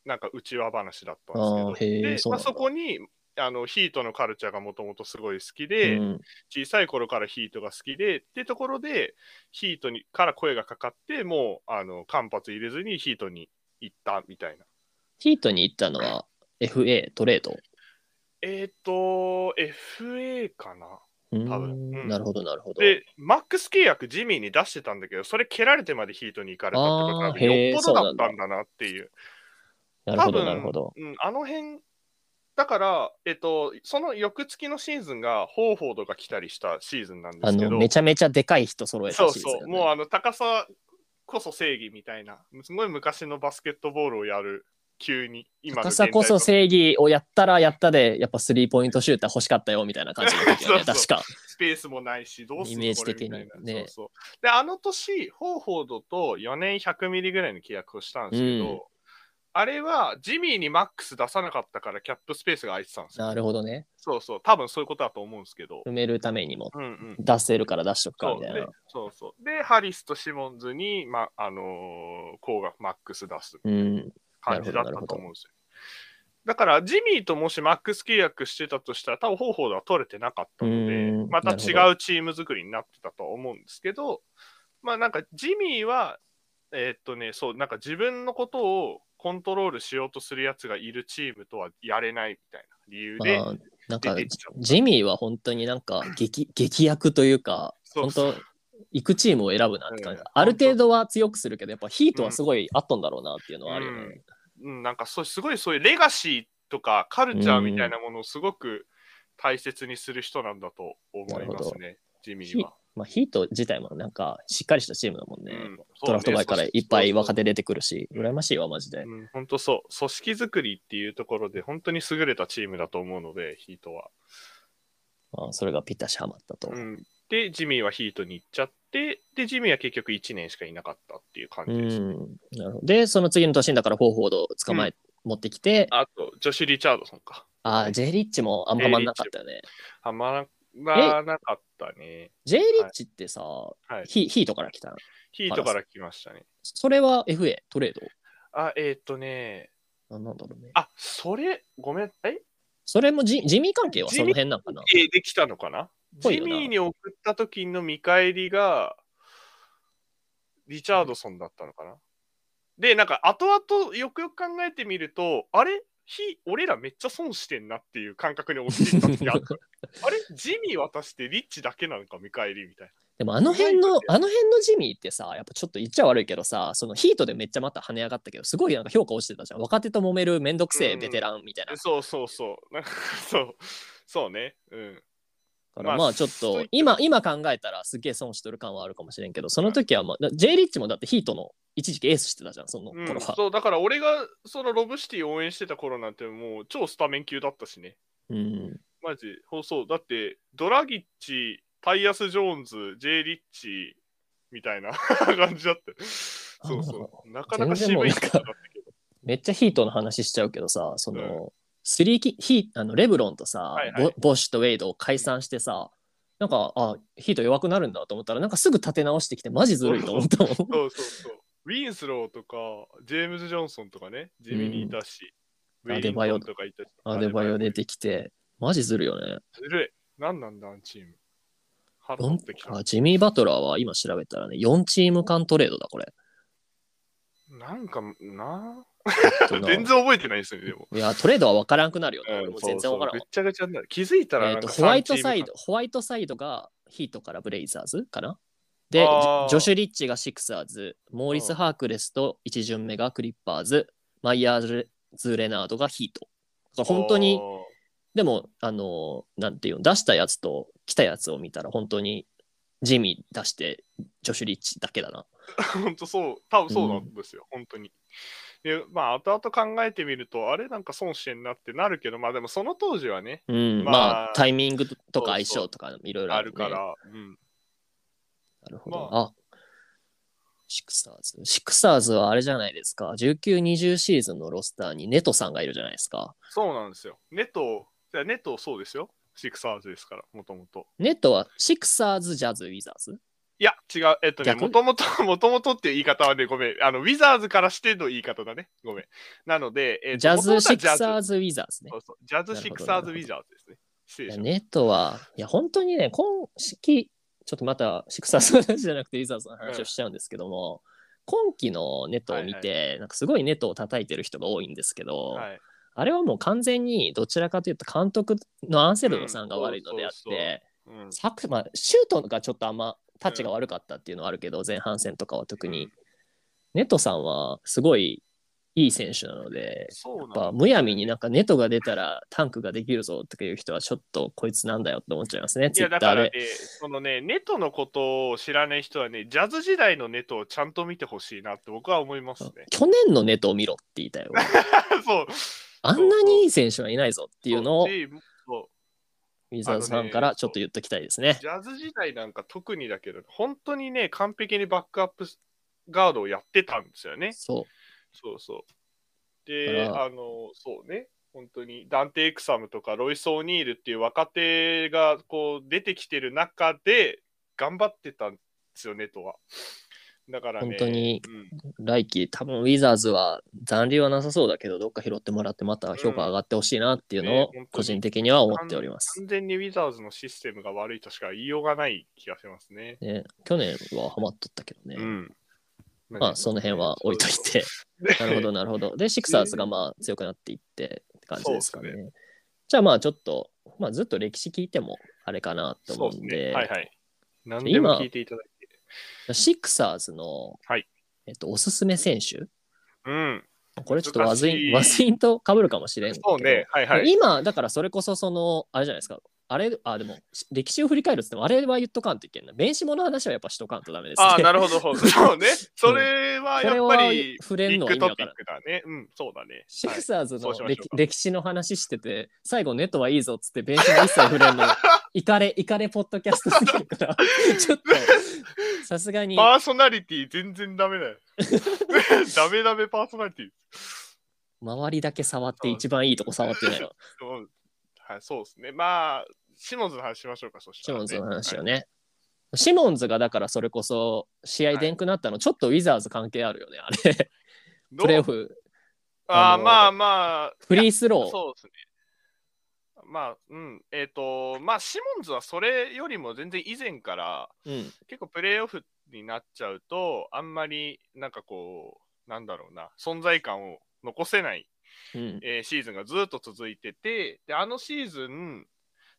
[SPEAKER 2] なんか内輪話だった
[SPEAKER 1] あ
[SPEAKER 2] んです
[SPEAKER 1] ーへ
[SPEAKER 2] け
[SPEAKER 1] ー
[SPEAKER 2] ど、で
[SPEAKER 1] そう
[SPEAKER 2] ま
[SPEAKER 1] な
[SPEAKER 2] あ、
[SPEAKER 1] んだ
[SPEAKER 2] そこにあのヒートのカルチャーがもともとすごい好き
[SPEAKER 1] う
[SPEAKER 2] で、
[SPEAKER 1] ん、
[SPEAKER 2] 小さい頃からヒートが好きで、ってところで、ヒートにから声がかかって、もうあの間髪入れずにヒートに行ったみたいな。
[SPEAKER 1] ヒートに行ったのは FA トレード。
[SPEAKER 2] えっ、と、FA かな。
[SPEAKER 1] うん
[SPEAKER 2] 多分うん
[SPEAKER 1] なるほど、なるほど。
[SPEAKER 2] で、マックス契約、ジミーに出してたんだけど、それ蹴られてまでヒートに行かれたってことは、
[SPEAKER 1] あー
[SPEAKER 2] よっぽどだったんだなっていう。
[SPEAKER 1] なる
[SPEAKER 2] 多
[SPEAKER 1] ほど、
[SPEAKER 2] 分
[SPEAKER 1] なるほど。
[SPEAKER 2] うん、あの辺、だから、えっと、その翌月のシーズンが、ホーフォードが来たりしたシーズンなんで
[SPEAKER 1] あ
[SPEAKER 2] すけ
[SPEAKER 1] の
[SPEAKER 2] ど、
[SPEAKER 1] めちゃめちゃでかい人揃えた
[SPEAKER 2] そう
[SPEAKER 1] シーズン
[SPEAKER 2] そ
[SPEAKER 1] や
[SPEAKER 2] う、
[SPEAKER 1] ね
[SPEAKER 2] もうあの高さこそ正義みたいな、すごい昔のバスケットボールをやる、急に、今の
[SPEAKER 1] 高
[SPEAKER 2] 現代
[SPEAKER 1] さこそ
[SPEAKER 2] と
[SPEAKER 1] 正義をやったらやったで、やっぱスリーポイントシューター欲しかったよみたいな感じの時よね、
[SPEAKER 2] そう
[SPEAKER 1] 確
[SPEAKER 2] そう
[SPEAKER 1] か。
[SPEAKER 2] スペースもないし、どうする
[SPEAKER 1] イメージ
[SPEAKER 2] これ
[SPEAKER 1] 的に
[SPEAKER 2] みたいな
[SPEAKER 1] ね
[SPEAKER 2] そうそうで、あの年、ホーフォードと4年100ミリぐらいの契約をしたんですけど、
[SPEAKER 1] うん
[SPEAKER 2] あれはジミーにマックス出さなかったからキャップスペースが空いてたんですよ。
[SPEAKER 1] なるほどね。
[SPEAKER 2] そうそう、多分そういうことだと思うんですけど。
[SPEAKER 1] 埋めるためにも
[SPEAKER 2] うんうん。
[SPEAKER 1] 出せるから出しとくか
[SPEAKER 2] そう
[SPEAKER 1] みたい
[SPEAKER 2] で
[SPEAKER 1] な。、
[SPEAKER 2] そうそう。で、ハリスとシモンズに、ま、あのー、コーがマックス出す
[SPEAKER 1] うん、
[SPEAKER 2] 感じだっ
[SPEAKER 1] な
[SPEAKER 2] た
[SPEAKER 1] るほど
[SPEAKER 2] と思うんですよ。だから、ジミーともしマックス契約してたとしたら、多分方法では取れてなかったので
[SPEAKER 1] うーん、
[SPEAKER 2] また
[SPEAKER 1] なるほ
[SPEAKER 2] 違
[SPEAKER 1] ど
[SPEAKER 2] うチーム作りになってたとは思うんですけど、まあなんか、ジミーは、えーっとね、そう、なんか自分のことをコントロールしようとするやつがいるチームとはやれないみたいな理由で、
[SPEAKER 1] まあ、なんか
[SPEAKER 2] 出てきちゃった
[SPEAKER 1] ジミーは本当になんか激激役というか、
[SPEAKER 2] そう
[SPEAKER 1] 本当行くチームを選ぶなって感じ、
[SPEAKER 2] うん
[SPEAKER 1] ある程度は強くするけど、やっぱヒートはすごいあったんだろうなっていうのはあるよね。
[SPEAKER 2] うん、なんかそうすごいそういうレガシーとかカルチャーみたいなものをすごく大切にする人なんだと思いますね、ジミーは。
[SPEAKER 1] まあ、ヒート自体もなんかしっかりしたチームだもんね。
[SPEAKER 2] うん
[SPEAKER 1] ドラフト前からいっぱい若手
[SPEAKER 2] で。
[SPEAKER 1] 出てくるし、
[SPEAKER 2] うん
[SPEAKER 1] 羨ましいわ、マジで。
[SPEAKER 2] うん、本当そう、組織作りっていうところで、本当に優れたチームだと思うので、ヒートは。
[SPEAKER 1] まあ、それがピタシハマったと。
[SPEAKER 2] うん、で、ジミーはヒートに行っちゃって、で、ジミーは結局1年しかいなかったっていう感
[SPEAKER 1] う
[SPEAKER 2] じです。
[SPEAKER 1] んなるほどで、その次の年にだからフォーフォードを捕まえ、持ってきて、
[SPEAKER 2] あと、ジョシュ・リチャードソンか。
[SPEAKER 1] ああ、J リッチもあんままんなかったよね。
[SPEAKER 2] はまらなかったね。
[SPEAKER 1] J リッチってさ、
[SPEAKER 2] はい。
[SPEAKER 1] ヒヒートから来たの
[SPEAKER 2] ヒートから来ましたね。
[SPEAKER 1] それは FA、トレー
[SPEAKER 2] あ、えっ、とね、
[SPEAKER 1] ドあなんだろうね。
[SPEAKER 2] あ、それ、ごめん、え
[SPEAKER 1] それもジジミー関係はその辺なんかな
[SPEAKER 2] ?OK できたのかな
[SPEAKER 1] ぽい
[SPEAKER 2] ジ
[SPEAKER 1] よな
[SPEAKER 2] ミーに送った時の見返りが、リチャードソンだったのかなで、なんか、後々よくよく考えてみると、あれひ俺らめっちゃ損してんなっていう感覚に陥った時あった あれジミー渡してリッチだけなのか見返りみたい
[SPEAKER 1] でもあの辺
[SPEAKER 2] ない
[SPEAKER 1] の
[SPEAKER 2] よね、
[SPEAKER 1] あの辺のジミーってさ、やっぱちょっと言っちゃ悪いけどさ、そのヒートでめっちゃまた跳ね上がったけど、すごいなんか評価落ちてたじゃん。若手と揉めるめんどくせえ
[SPEAKER 2] うん
[SPEAKER 1] ベテランみたいな
[SPEAKER 2] な。。そうそうそう。なんかそう。そうね。うん。
[SPEAKER 1] だから
[SPEAKER 2] ま
[SPEAKER 1] ま
[SPEAKER 2] あ
[SPEAKER 1] あちょっ
[SPEAKER 2] そ
[SPEAKER 1] と
[SPEAKER 2] ういった
[SPEAKER 1] 今今考えたらすげえ損しとる感はあるかもしれんけどその時はまあだ J リッチもだってヒートの一時期エースしてたじゃんその
[SPEAKER 2] うん
[SPEAKER 1] 頃は、
[SPEAKER 2] そう、だから俺がそのロブシティ応援してた頃なんてもう超スタメン級だったしね。
[SPEAKER 1] うん
[SPEAKER 2] マジ、そうそう。だって、ドラギッチ、タイヤス・ジョーンズ、ジェイ・リッチみたいな 感じだった。そうそう。なかなか渋い人だったけど。
[SPEAKER 1] めっちゃヒートの話しちゃうけどさその、スリーキヒあのレブロンとさ、
[SPEAKER 2] はいはい
[SPEAKER 1] ボボッシュとウェイドを解散してさなんかあヒート弱くなるんだと思ったらなんかすぐ立て直してきてマジずるいと思ったもん
[SPEAKER 2] そうそうそう。ウィンスローとか、ジェームズ・ジョンソンとかね、地味にいたし、
[SPEAKER 1] うん
[SPEAKER 2] ウェイリントンとかいたし。
[SPEAKER 1] アデバイオ出てきてマジずるよね
[SPEAKER 2] ずるい。何なんだ、あのチーム。ハロー
[SPEAKER 1] よん
[SPEAKER 2] ってきた
[SPEAKER 1] あジミー・バトラーは今調べたらね、4チーム間トレードだ、これ。
[SPEAKER 2] なんか、な
[SPEAKER 1] その
[SPEAKER 2] 全然覚えてないですよね、でも。
[SPEAKER 1] いや、トレードは分からんくなるよね。
[SPEAKER 2] うん
[SPEAKER 1] 俺も
[SPEAKER 2] そ
[SPEAKER 1] 全
[SPEAKER 2] うそ
[SPEAKER 1] 然
[SPEAKER 2] う
[SPEAKER 1] 分からん
[SPEAKER 2] ぐ
[SPEAKER 1] わ
[SPEAKER 2] っちゃぐちゃになる。気づいたら
[SPEAKER 1] え
[SPEAKER 2] な
[SPEAKER 1] っ
[SPEAKER 2] ん
[SPEAKER 1] と
[SPEAKER 2] か
[SPEAKER 1] ホワイ
[SPEAKER 2] 3チ
[SPEAKER 1] ト
[SPEAKER 2] ームか、
[SPEAKER 1] サイド、ホワイトサイドがヒートからブレイザーズかなで
[SPEAKER 2] あー、
[SPEAKER 1] ジョシュ・リッチがシクサーズ、モーリス・ハークレスと1巡目がクリッパーズ、マイヤーズ・レナードがヒート。だから本当に、でも、あの、なんていうの、出したやつと来たやつを見たら、本当にジミー出して、ジョシュ・リッチだけだな。
[SPEAKER 2] あー。本当そう、多分そうなんですよ、本当に。で、まあ、後々考えてみると、あれなんか損してんなってなるけど、まあでもその当時はね、
[SPEAKER 1] うん、
[SPEAKER 2] ま
[SPEAKER 1] ま
[SPEAKER 2] あ
[SPEAKER 1] あ、タイミングとか相
[SPEAKER 2] そうそう
[SPEAKER 1] 性とかいろいろ
[SPEAKER 2] あ
[SPEAKER 1] ある,、
[SPEAKER 2] る
[SPEAKER 1] ね、
[SPEAKER 2] から、うん。
[SPEAKER 1] なるほど。あ
[SPEAKER 2] ま
[SPEAKER 1] シクサーズ。シクサーズはあれじゃないですか。19、20シーズンのロスターにネトさんがいるじゃないですか。
[SPEAKER 2] そうなんですよ。ネト、いやネトそうですよ。シクサーズですから、もともと。
[SPEAKER 1] ネトはシクサーズ、ジャズ、ウィザーズ。
[SPEAKER 2] いや、違う。えっとね、
[SPEAKER 1] 逆
[SPEAKER 2] もともと、 もともとっていう言い方はね、ごめん。あの、ウィザーズからしての言い方だね。ごめん。なので、えっと
[SPEAKER 1] ジャズ、
[SPEAKER 2] 元
[SPEAKER 1] シ
[SPEAKER 2] 々は
[SPEAKER 1] クサ
[SPEAKER 2] ジャ
[SPEAKER 1] ー
[SPEAKER 2] ズ
[SPEAKER 1] ズ、ウィザーズね
[SPEAKER 2] そ。うそうジャズ、
[SPEAKER 1] なる
[SPEAKER 2] シ
[SPEAKER 1] ほど
[SPEAKER 2] クサーズ、
[SPEAKER 1] なるほど
[SPEAKER 2] ウィザーズですね。失
[SPEAKER 1] い
[SPEAKER 2] 礼
[SPEAKER 1] や
[SPEAKER 2] しまし
[SPEAKER 1] ネトは、いや、本当にね、今季、ちょっとまたシクサーズの話じゃなくてウィザーズの話をしちゃうんですけども、今季のネトを見て、なんかすごいネトを叩いてる人が多いんですけど、
[SPEAKER 2] た。はい。
[SPEAKER 1] あれはもう完全にどちらかというと監督のアンセルドさんが悪いのであって、
[SPEAKER 2] うんそうそうそううん。
[SPEAKER 1] 作まあ、シュートがちょっとあんまタッチが悪かったっていうのはあるけど、前半戦とかは特に、ネトさんはすごいいい選手なので
[SPEAKER 2] そうな
[SPEAKER 1] や
[SPEAKER 2] ん
[SPEAKER 1] っ
[SPEAKER 2] だ
[SPEAKER 1] ぱむやみになんかネトが出たらタンクができるぞとかいう人はちょっとこいつなんだよって思っちゃいますね
[SPEAKER 2] い
[SPEAKER 1] ツイ
[SPEAKER 2] や、
[SPEAKER 1] ッ
[SPEAKER 2] だ
[SPEAKER 1] タ
[SPEAKER 2] か
[SPEAKER 1] ー
[SPEAKER 2] らね
[SPEAKER 1] で。、。
[SPEAKER 2] そのね、ネトのことを知らない人はね、ジャズ時代のネトをちゃんと見てほしいなって僕は思いますね
[SPEAKER 1] 去年のネトを見ろって言いたいよ。
[SPEAKER 2] そう。
[SPEAKER 1] あんなにいい選手はいないぞっていうのを
[SPEAKER 2] そ
[SPEAKER 1] ウ
[SPEAKER 2] しそう
[SPEAKER 1] ィザーズファンからちょっと言っときたいですね。
[SPEAKER 2] ジャズ時代なんか特にだけど、本当にね、完璧にバックアップガードをやってたんですよね。
[SPEAKER 1] そう
[SPEAKER 2] そうそう。で、
[SPEAKER 1] だから
[SPEAKER 2] あの、そうね、本当にダンテ・エクサムとかロイス・オニールっていう若手がこう出てきてる中で頑張ってたんですよね、とは。だからね、
[SPEAKER 1] 本当に
[SPEAKER 2] うん
[SPEAKER 1] 来季多分ウィザーズは残留はなさそうだけどどっか拾ってもらってまた評価上がってほしいなっていうの
[SPEAKER 2] うんね
[SPEAKER 1] を
[SPEAKER 2] 本当に
[SPEAKER 1] 個人的には思っております。
[SPEAKER 2] 完全にウィザーズのシステムが悪いとしか言いようがない気がしますね。
[SPEAKER 1] ね、去年はハマっとったけどね、
[SPEAKER 2] うん。
[SPEAKER 1] まあその辺は置いといて
[SPEAKER 2] ね。
[SPEAKER 1] なるほどなるほどでシクサーズがまあ強くなっていってって感じですかね
[SPEAKER 2] そう
[SPEAKER 1] じゃあまあちょっと、まあ、ずっと歴史聞いてもあれかなと
[SPEAKER 2] そ
[SPEAKER 1] 思
[SPEAKER 2] う
[SPEAKER 1] う
[SPEAKER 2] で
[SPEAKER 1] ん
[SPEAKER 2] す
[SPEAKER 1] で
[SPEAKER 2] ね。はいはい。何でも聞いていただいて。
[SPEAKER 1] シクサーズの、
[SPEAKER 2] はい
[SPEAKER 1] えっと、おすすめ選手
[SPEAKER 2] うん。
[SPEAKER 1] これちょっと和ズイン
[SPEAKER 2] 難
[SPEAKER 1] 和
[SPEAKER 2] し
[SPEAKER 1] ズインと被るかもしれんけど
[SPEAKER 2] そうね。はいはい。
[SPEAKER 1] 今だからそれこそそのあれじゃないですかあれあでもし歴史を振り返るっつってもあれは言っとかんといけんな弁士もの話はやっぱしとかんとダメですね
[SPEAKER 2] ああ、な
[SPEAKER 1] る
[SPEAKER 2] るほ ど。そうね。それはやっ
[SPEAKER 1] これ
[SPEAKER 2] ぱ
[SPEAKER 1] は
[SPEAKER 2] り、
[SPEAKER 1] 触
[SPEAKER 2] ビ
[SPEAKER 1] れん
[SPEAKER 2] ッ
[SPEAKER 1] のは意
[SPEAKER 2] グ
[SPEAKER 1] 味
[SPEAKER 2] ト
[SPEAKER 1] わ
[SPEAKER 2] ピ
[SPEAKER 1] か
[SPEAKER 2] ッ
[SPEAKER 1] らん
[SPEAKER 2] クだね。うん、そうだね。
[SPEAKER 1] シ
[SPEAKER 2] は
[SPEAKER 1] ク
[SPEAKER 2] い
[SPEAKER 1] サーズ
[SPEAKER 2] そ
[SPEAKER 1] の
[SPEAKER 2] うしましょ
[SPEAKER 1] 歴
[SPEAKER 2] うか
[SPEAKER 1] 歴史の話してて最後ネットはいいぞっつって弁士も一切触れ んのイカレイカレポッドキャストすぎるからちょっとさすがに
[SPEAKER 2] パーソナリティ全然ダ メだよ。ダメダメパーソナリティ。
[SPEAKER 1] 周りだけ触って一番いいとこ触って ないの
[SPEAKER 2] うんはい、そうですね。まあ、シモンズの話しましょうか、そし
[SPEAKER 1] シ
[SPEAKER 2] たら、
[SPEAKER 1] モン
[SPEAKER 2] ね。
[SPEAKER 1] ズの話よね、シモンズがだからそれこそ試合でんくなったのちょっとウィザーズ関係あるよねあれ
[SPEAKER 2] ど
[SPEAKER 1] プ
[SPEAKER 2] う
[SPEAKER 1] レーオフ
[SPEAKER 2] あ
[SPEAKER 1] あ
[SPEAKER 2] あ、
[SPEAKER 1] の
[SPEAKER 2] まあまあ。
[SPEAKER 1] フリースロー
[SPEAKER 2] そうですね。まあ、うん。えっ、と、まあ、シモンズはそれよりも全然以前から、
[SPEAKER 1] うん、
[SPEAKER 2] 結構プレーオフになっちゃうと、あんまり、なんかこう、なんだろうな、存在感を残せない、
[SPEAKER 1] うん、
[SPEAKER 2] えーシーズンがずっと続いてて、で、あのシーズン、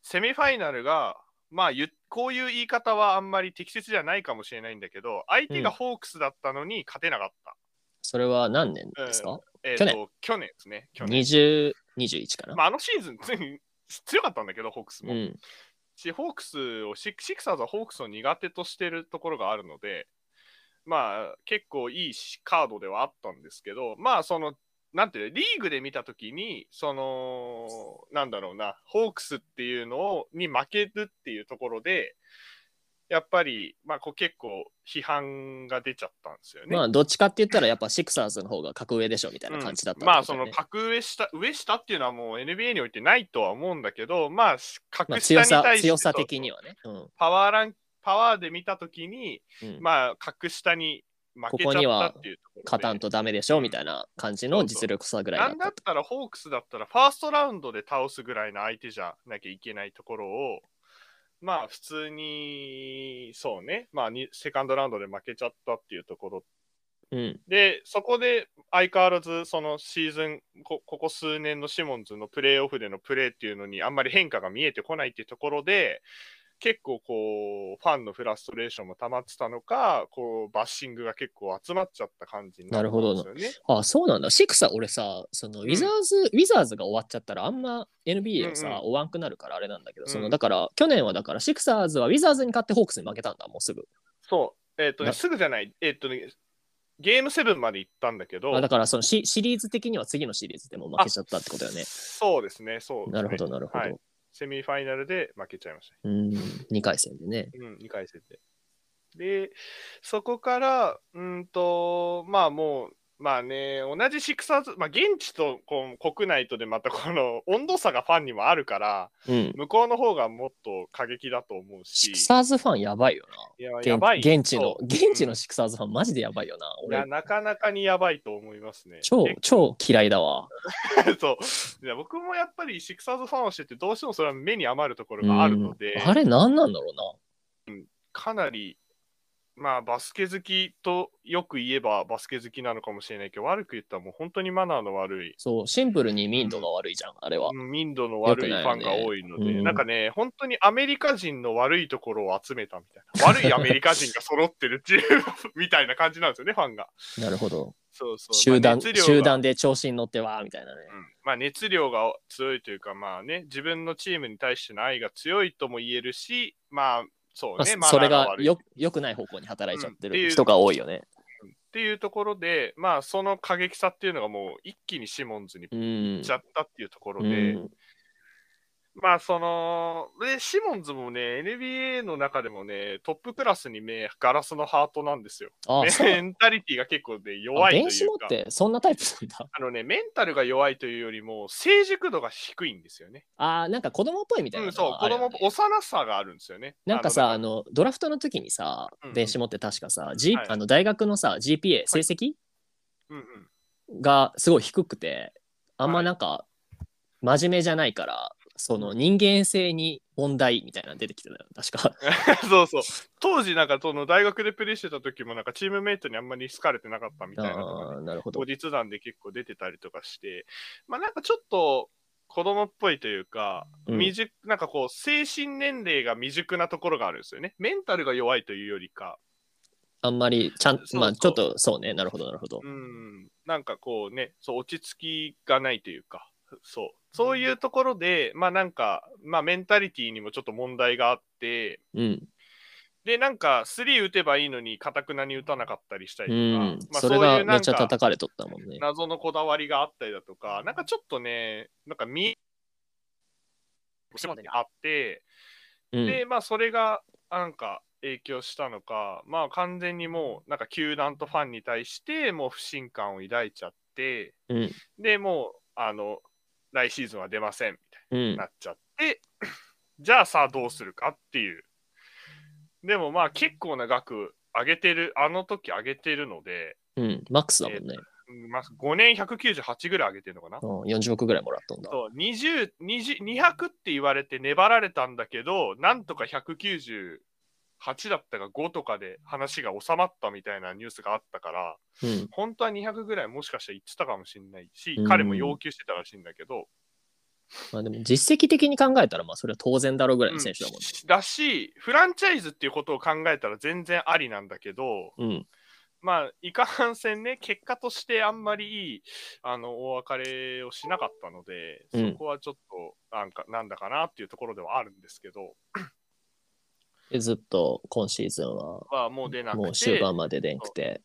[SPEAKER 2] セミファイナルが、まあ、ゆこういう言い方はあんまり適切じゃないかもしれないんだけど、相手がホークスだったのに勝てなかっ
[SPEAKER 1] それは何年ですか、
[SPEAKER 2] た。えっ、
[SPEAKER 1] 去
[SPEAKER 2] と
[SPEAKER 1] 年、
[SPEAKER 2] 去年ですね、去年。
[SPEAKER 1] ?20、21かな、
[SPEAKER 2] まあ、あのシーズン、 ついに強かったんだけど、ホークス
[SPEAKER 1] う
[SPEAKER 2] も。
[SPEAKER 1] ん。
[SPEAKER 2] し、ホークスをシ、シクサーズはホークスを苦手としてるところがあるので、まあ、結構いいしカードではあったんですけど、まあ、その、なんていうのリーグで見たときに、その、なんだろうな、ホークスっていうのをに負けるっていうところで、やっぱり、まあ、こう結構批判が出ちゃったんですよね。
[SPEAKER 1] まあ、どっちかって言ったら、やっぱシクサーズの方が格上でしょみたいな感じだったっ
[SPEAKER 2] うん
[SPEAKER 1] て
[SPEAKER 2] まあ
[SPEAKER 1] こと
[SPEAKER 2] そ
[SPEAKER 1] だよ
[SPEAKER 2] の
[SPEAKER 1] ね
[SPEAKER 2] 格上下上下っていうのはもう NBA においてないとは思うんだけどまあ
[SPEAKER 1] ま
[SPEAKER 2] 格
[SPEAKER 1] あ、
[SPEAKER 2] 下
[SPEAKER 1] 強
[SPEAKER 2] に対して
[SPEAKER 1] さ強
[SPEAKER 2] と、、
[SPEAKER 1] さ的にはね。うん
[SPEAKER 2] パワーランパワーで見たときに
[SPEAKER 1] うん
[SPEAKER 2] まあ格下に負けちゃったっていうところで
[SPEAKER 1] 勝たんとダメでしょみたいな感じの実力差ぐらいだ
[SPEAKER 2] な
[SPEAKER 1] っ
[SPEAKER 2] んだ
[SPEAKER 1] た
[SPEAKER 2] っ
[SPEAKER 1] と。
[SPEAKER 2] たらホークスだったらファーストラウンドで倒すぐらいの相手じゃなきゃいけないところをまあ普通に、そうね、まあにセカンドラウンドで負けちゃったっていうところ
[SPEAKER 1] うん。
[SPEAKER 2] で、そこで相変わらず、そのシーズンこ、ここ数年のシモンズのプレーオフでのプレーっていうのに、あんまり変化が見えてこないっていうところで、結構こう、ファンのフラストレーションも溜まってたのか、こう、バッシングが結構集まっちゃった感じになったんですよね。
[SPEAKER 1] あそうなんだ。シクサ、俺さ、そのウ
[SPEAKER 2] ん
[SPEAKER 1] ィザーズ、ウィザーズが終わっちゃったら、あんま NBA をさ、
[SPEAKER 2] うんうん
[SPEAKER 1] 追わんくなるからあれなんだけど、そ
[SPEAKER 2] うん
[SPEAKER 1] の、だから、去年はだから、シクサーズはウィザーズに勝ってホークスに負けたんだ、もうすぐ。
[SPEAKER 2] そう。えっ、とね、
[SPEAKER 1] な
[SPEAKER 2] すぐじゃない。えっ、とね、ゲーム7まで行ったんだけど、
[SPEAKER 1] あだから、そのシシリーズ的には次のシリーズでも負けちゃったってことだよね。
[SPEAKER 2] そうですね、そうですね、
[SPEAKER 1] なるほど、なるほど。
[SPEAKER 2] はいセミファイナルで負けちゃいました。
[SPEAKER 1] うん、2回戦でね。
[SPEAKER 2] うん、2回戦で。で、そこから、うんと、まあもう、まあね、同じシクサーズ、まあ現地とこう国内とでまたこの温度差がファンにもあるから、
[SPEAKER 1] うん。
[SPEAKER 2] 向こうの方がもっと過激だと思う
[SPEAKER 1] シ
[SPEAKER 2] し
[SPEAKER 1] ク、サーズファンやばいよ
[SPEAKER 2] いや、
[SPEAKER 1] な。
[SPEAKER 2] やばい。
[SPEAKER 1] 現現地の
[SPEAKER 2] そ、う
[SPEAKER 1] 現地のシクサーズファン、マジでやばいよな。
[SPEAKER 2] いや、
[SPEAKER 1] 俺、
[SPEAKER 2] なかなかにやばいと思いますね。
[SPEAKER 1] 超
[SPEAKER 2] え、
[SPEAKER 1] 超嫌いだわ。
[SPEAKER 2] そう。いや僕もやっぱりシクサーズファンをしてて、どうしてもそれは目に余るところ
[SPEAKER 1] う
[SPEAKER 2] が
[SPEAKER 1] ん
[SPEAKER 2] あるので、
[SPEAKER 1] あれ、なんなんだろうな。
[SPEAKER 2] かなり、まあ、バスケ好きとよく言えばバスケ好きなのかもしれないけど、悪く言ったらもう本当にマナーの悪い、
[SPEAKER 1] そう、シンプルに民度が悪いじゃん、あれは。
[SPEAKER 2] うん民度の悪いフ
[SPEAKER 1] よくな
[SPEAKER 2] ァ
[SPEAKER 1] いよ
[SPEAKER 2] ン
[SPEAKER 1] ね
[SPEAKER 2] が多いので、
[SPEAKER 1] うん
[SPEAKER 2] なんかね、本当にアメリカ人の悪いところを集めたみたいな、悪いアメリカ人が揃ってるチーム みたいな感じなんですよね、ファンが。
[SPEAKER 1] なるほど。
[SPEAKER 2] そうそう。
[SPEAKER 1] 集団、
[SPEAKER 2] まあ熱量が
[SPEAKER 1] 集団で調子に乗ってわーみたいなね。
[SPEAKER 2] うんまあ、熱量が強いというか、まあね、自分のチームに対しての愛が強いとも言えるし、まあ、そう
[SPEAKER 1] ま
[SPEAKER 2] ね、
[SPEAKER 1] あそれ
[SPEAKER 2] マナー
[SPEAKER 1] が
[SPEAKER 2] 悪い
[SPEAKER 1] よよくない方向に働いちゃって
[SPEAKER 2] うんってい
[SPEAKER 1] る
[SPEAKER 2] う
[SPEAKER 1] 人が多いよね。
[SPEAKER 2] っていうところで、まあ、その過激さっていうのがもう一気にシモンズに
[SPEAKER 1] う
[SPEAKER 2] 行
[SPEAKER 1] ん
[SPEAKER 2] っち。ゃったっていうところ
[SPEAKER 1] う
[SPEAKER 2] で、
[SPEAKER 1] ん
[SPEAKER 2] まあ、その、で、シモンズもね、NBA の中でもね、トップクラスにね、ガラスのハートなんですよ。
[SPEAKER 1] あ、そう
[SPEAKER 2] メンタリティが結構ね、
[SPEAKER 1] あ
[SPEAKER 2] 弱い
[SPEAKER 1] 電
[SPEAKER 2] と
[SPEAKER 1] 子
[SPEAKER 2] い
[SPEAKER 1] モ
[SPEAKER 2] う
[SPEAKER 1] っ
[SPEAKER 2] か、
[SPEAKER 1] てそんなタイプなんだ。
[SPEAKER 2] あのね、メンタルが弱いというよりも、成熟度が低いんですよね。
[SPEAKER 1] あーなんか子供っぽいみたいな
[SPEAKER 2] うん、
[SPEAKER 1] の
[SPEAKER 2] そう、
[SPEAKER 1] はあ
[SPEAKER 2] 子
[SPEAKER 1] るよね、
[SPEAKER 2] 供、幼さがあるんですよね。
[SPEAKER 1] なんかさ、あ
[SPEAKER 2] あ
[SPEAKER 1] の、
[SPEAKER 2] の、
[SPEAKER 1] ドラフトの時にさ
[SPEAKER 2] うん、
[SPEAKER 1] 電子モって確かさ、G
[SPEAKER 2] はい
[SPEAKER 1] あの大学のさ、GPA、成績
[SPEAKER 2] うんうん、
[SPEAKER 1] がすごい低くて、あんま
[SPEAKER 2] はい
[SPEAKER 1] なんか、真面目じゃないから、その人間性に問題みたいなの出てきてたよ、確 か。
[SPEAKER 2] そうそう。当時、なんか、その大学でプレーしてた時も、なんか、チームメイトにあんまり好かれてなかったみたいなのが
[SPEAKER 1] あ
[SPEAKER 2] ね
[SPEAKER 1] ーなるほど
[SPEAKER 2] 後。日談で結構出てたりとかして、まあなんかちょっと子供っぽいというか、
[SPEAKER 1] うん
[SPEAKER 2] 未熟、なんかこう、精神年齢が未熟なところがあるんですよね。メンタルが弱いというよりか、
[SPEAKER 1] あんまりちゃん
[SPEAKER 2] そうそう
[SPEAKER 1] まあちょっとそうねなるほどなるほど
[SPEAKER 2] う、ん、なんかこうね、そう、落ち着きがないというか、そう。そういうところで、まあなんか、まあメンタリティにもちょっと問題があって、
[SPEAKER 1] うん
[SPEAKER 2] で、なんか、3打てばいいのに、かたくなに打たなかったりしたり
[SPEAKER 1] う
[SPEAKER 2] とか、
[SPEAKER 1] ん
[SPEAKER 2] まあ
[SPEAKER 1] それ
[SPEAKER 2] うい
[SPEAKER 1] が
[SPEAKER 2] う
[SPEAKER 1] め
[SPEAKER 2] な
[SPEAKER 1] っ
[SPEAKER 2] ん
[SPEAKER 1] ちゃ
[SPEAKER 2] か
[SPEAKER 1] 叩かれとったもんね
[SPEAKER 2] 謎のこだわりがあったりだとか、なんかちょっとね、なんか見え、島根にあって、
[SPEAKER 1] うん
[SPEAKER 2] で、まあそれがなんか影響したのか、まあ完全にもう、なんか球団とファンに対して、もう不信感を抱いちゃって、
[SPEAKER 1] うん
[SPEAKER 2] で、もう、あの、来シーズンは出ませんみたい
[SPEAKER 1] うん
[SPEAKER 2] になっちゃって、 じゃあさあどうするかっていう。でもまあ結構な額上げてる、あの時上げてるので、
[SPEAKER 1] うんマックスだもんね、
[SPEAKER 2] うんまあ、5年198ぐらい上げてるのかな。
[SPEAKER 1] うん、40億ぐらいもらったんだ
[SPEAKER 2] そう20 20 200って言われて粘られたんだけど、なんとか198だったか5とかで話が収まったみたいなニュースがあったから、
[SPEAKER 1] うん
[SPEAKER 2] 本当は200ぐらいもしかしたら言ってたかもしれないし
[SPEAKER 1] うん、
[SPEAKER 2] 彼も要求してたらしいんだけど、
[SPEAKER 1] まあでも実績的に考えたらまあそれは当然だろうぐらいの選手だもんね
[SPEAKER 2] だし、フランチャイズっていうことを考えたら全然ありなんだけど、
[SPEAKER 1] うん
[SPEAKER 2] まあ、いかんせんね、結果としてあんまりいいあのお別れをしなかったので、
[SPEAKER 1] うん
[SPEAKER 2] そこはちょっとなんかなんだかなっていうところではあるんですけど、
[SPEAKER 1] でずっと今シーズンは
[SPEAKER 2] まあ、もう出なくて、
[SPEAKER 1] もう終盤まででんくて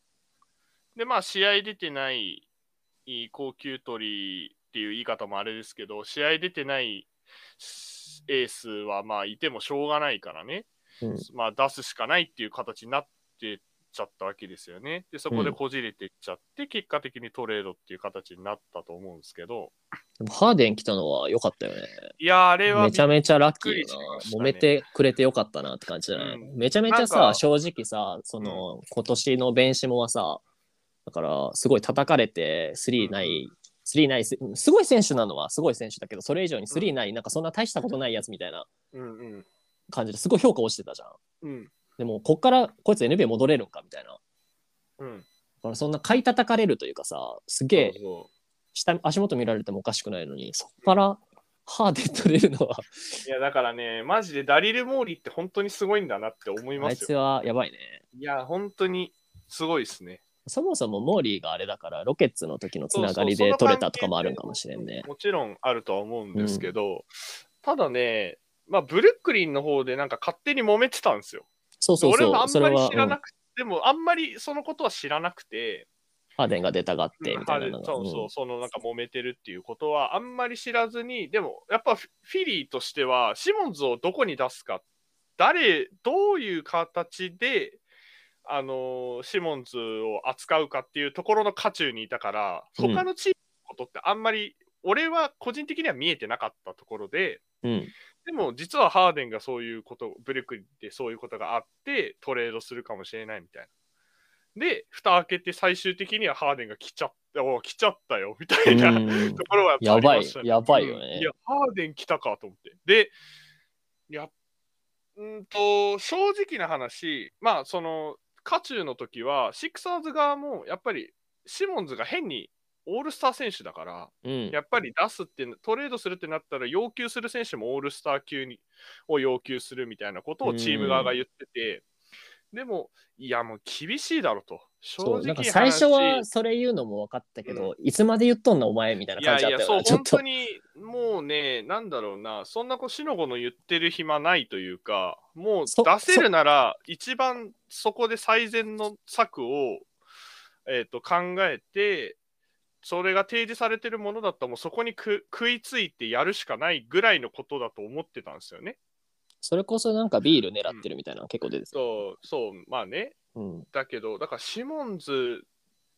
[SPEAKER 2] で、まあ、試合出てないいい高級取りっていう言い方もあれですけど、試合出てないエースは、まあ、いてもしょうがないからね、
[SPEAKER 1] うん
[SPEAKER 2] まあ、出すしかないっていう形になってっちゃったわけですよね。で、そこでこじれてっちゃって、結果的にトレードっていう形になったと思うんですけど、
[SPEAKER 1] でもハーデン来たのは良かったよね
[SPEAKER 2] いやー、あれは
[SPEAKER 1] めちゃめちゃラッキー
[SPEAKER 2] びっ
[SPEAKER 1] よ
[SPEAKER 2] くりしま
[SPEAKER 1] な。
[SPEAKER 2] した
[SPEAKER 1] 揉
[SPEAKER 2] ね
[SPEAKER 1] めてくれてよかったなって感じじゃない、
[SPEAKER 2] うん
[SPEAKER 1] めちゃめちゃ
[SPEAKER 2] なん
[SPEAKER 1] さ、
[SPEAKER 2] か
[SPEAKER 1] 正直さ、その、今年のベンシモはさ、だから、すごい叩かれて、3ない、3ない、すすごい選手なのはすごい選手だけど、それ以上に3ない、なんかそんな大したことないやつみたいな
[SPEAKER 2] うんうん
[SPEAKER 1] 感じですごい評価落ちてたじゃん。
[SPEAKER 2] うん。
[SPEAKER 1] でも、こっからこいつ NBA 戻れるんかみたいな。だ
[SPEAKER 2] うん。
[SPEAKER 1] からそんな買い叩かれるというかさ、すげえ
[SPEAKER 2] そうそ
[SPEAKER 1] 下足元見られてもおかしくないのに、そこから歯で取れるのは、
[SPEAKER 2] ういや、だからね、マジでダリル・モーリーって本当にすごいんだなって思いま
[SPEAKER 1] あい
[SPEAKER 2] すよ
[SPEAKER 1] つ。はやばいね。
[SPEAKER 2] いや、本当にすごいですね。
[SPEAKER 1] そもそもモーリーがあれだから、ロケッツの時のつながりで取れたとかもあるんかもしれんね。
[SPEAKER 2] もちろんあるとは思うんですけど、ただね、まあ、ブルックリンの方でなんか勝手に揉めてたんですよ。
[SPEAKER 1] そうそう
[SPEAKER 2] 俺
[SPEAKER 1] そ
[SPEAKER 2] もあ
[SPEAKER 1] う、そ
[SPEAKER 2] ん
[SPEAKER 1] れ
[SPEAKER 2] ま
[SPEAKER 1] は、
[SPEAKER 2] り
[SPEAKER 1] う
[SPEAKER 2] 知ら
[SPEAKER 1] ん
[SPEAKER 2] なくて、でもあんまりそのことは知らなくて、
[SPEAKER 1] ハーデンが出たがってみたいな
[SPEAKER 2] う
[SPEAKER 1] の
[SPEAKER 2] ん
[SPEAKER 1] が。
[SPEAKER 2] そうそうう、
[SPEAKER 1] ん
[SPEAKER 2] そのなんか揉めてるっていうことはあんまり知らずに、でもやっぱフィリーとしては、シモンズをどこに出すか、誰、どういう形で、あのーシモンズを扱うかっていうところの渦中にいたから、
[SPEAKER 1] うん
[SPEAKER 2] 他のチームのことってあんまり、俺は個人的には見えてなかったところで、
[SPEAKER 1] うん、
[SPEAKER 2] でも実はハーデンがそういうこと、ブルックリンでそういうことがあって、トレードするかもしれないみたいな。で、蓋開けて最終的にはハーデンが来ちゃった、お来ちゃったよみたいな、
[SPEAKER 1] うん
[SPEAKER 2] ところはやっぱありましたね
[SPEAKER 1] やばいやばいよね
[SPEAKER 2] うんいや、ハーデン来たかと思って。で、いや、うんと、正直な話、まあ、その、渦中の時は、シクサーズ側も、やっぱり、シモンズが変にオールスター選手だから、
[SPEAKER 1] うん
[SPEAKER 2] やっぱり出すって、トレードするってなったら、要求する選手もオールスター級にを要求するみたいなことをチーム側が言ってて、でも、いや、もう厳しいだろうと、正
[SPEAKER 1] そう
[SPEAKER 2] 直
[SPEAKER 1] な
[SPEAKER 2] なん
[SPEAKER 1] か最初はそれ言うのも分かったけど、いつまで言っとんのお前みたいない感
[SPEAKER 2] や
[SPEAKER 1] じ
[SPEAKER 2] い
[SPEAKER 1] だった
[SPEAKER 2] や、
[SPEAKER 1] よね、
[SPEAKER 2] そう
[SPEAKER 1] ちょっ
[SPEAKER 2] 本
[SPEAKER 1] と
[SPEAKER 2] 当。にもうね、なんだろうな、そんなこしのごの言ってる暇ないというか、もう
[SPEAKER 1] そ
[SPEAKER 2] 出せるなら、一番そこで最善の策を、えー、と考えて、それが提示されてるものだったら、もうそこにく食いついてやるしかないぐらいのことだと思ってたんですよね。
[SPEAKER 1] それこそなんかビール狙ってるみたいなの結構出てた。
[SPEAKER 2] そう、そう、まあね、
[SPEAKER 1] うん
[SPEAKER 2] だけど、だからシモンズ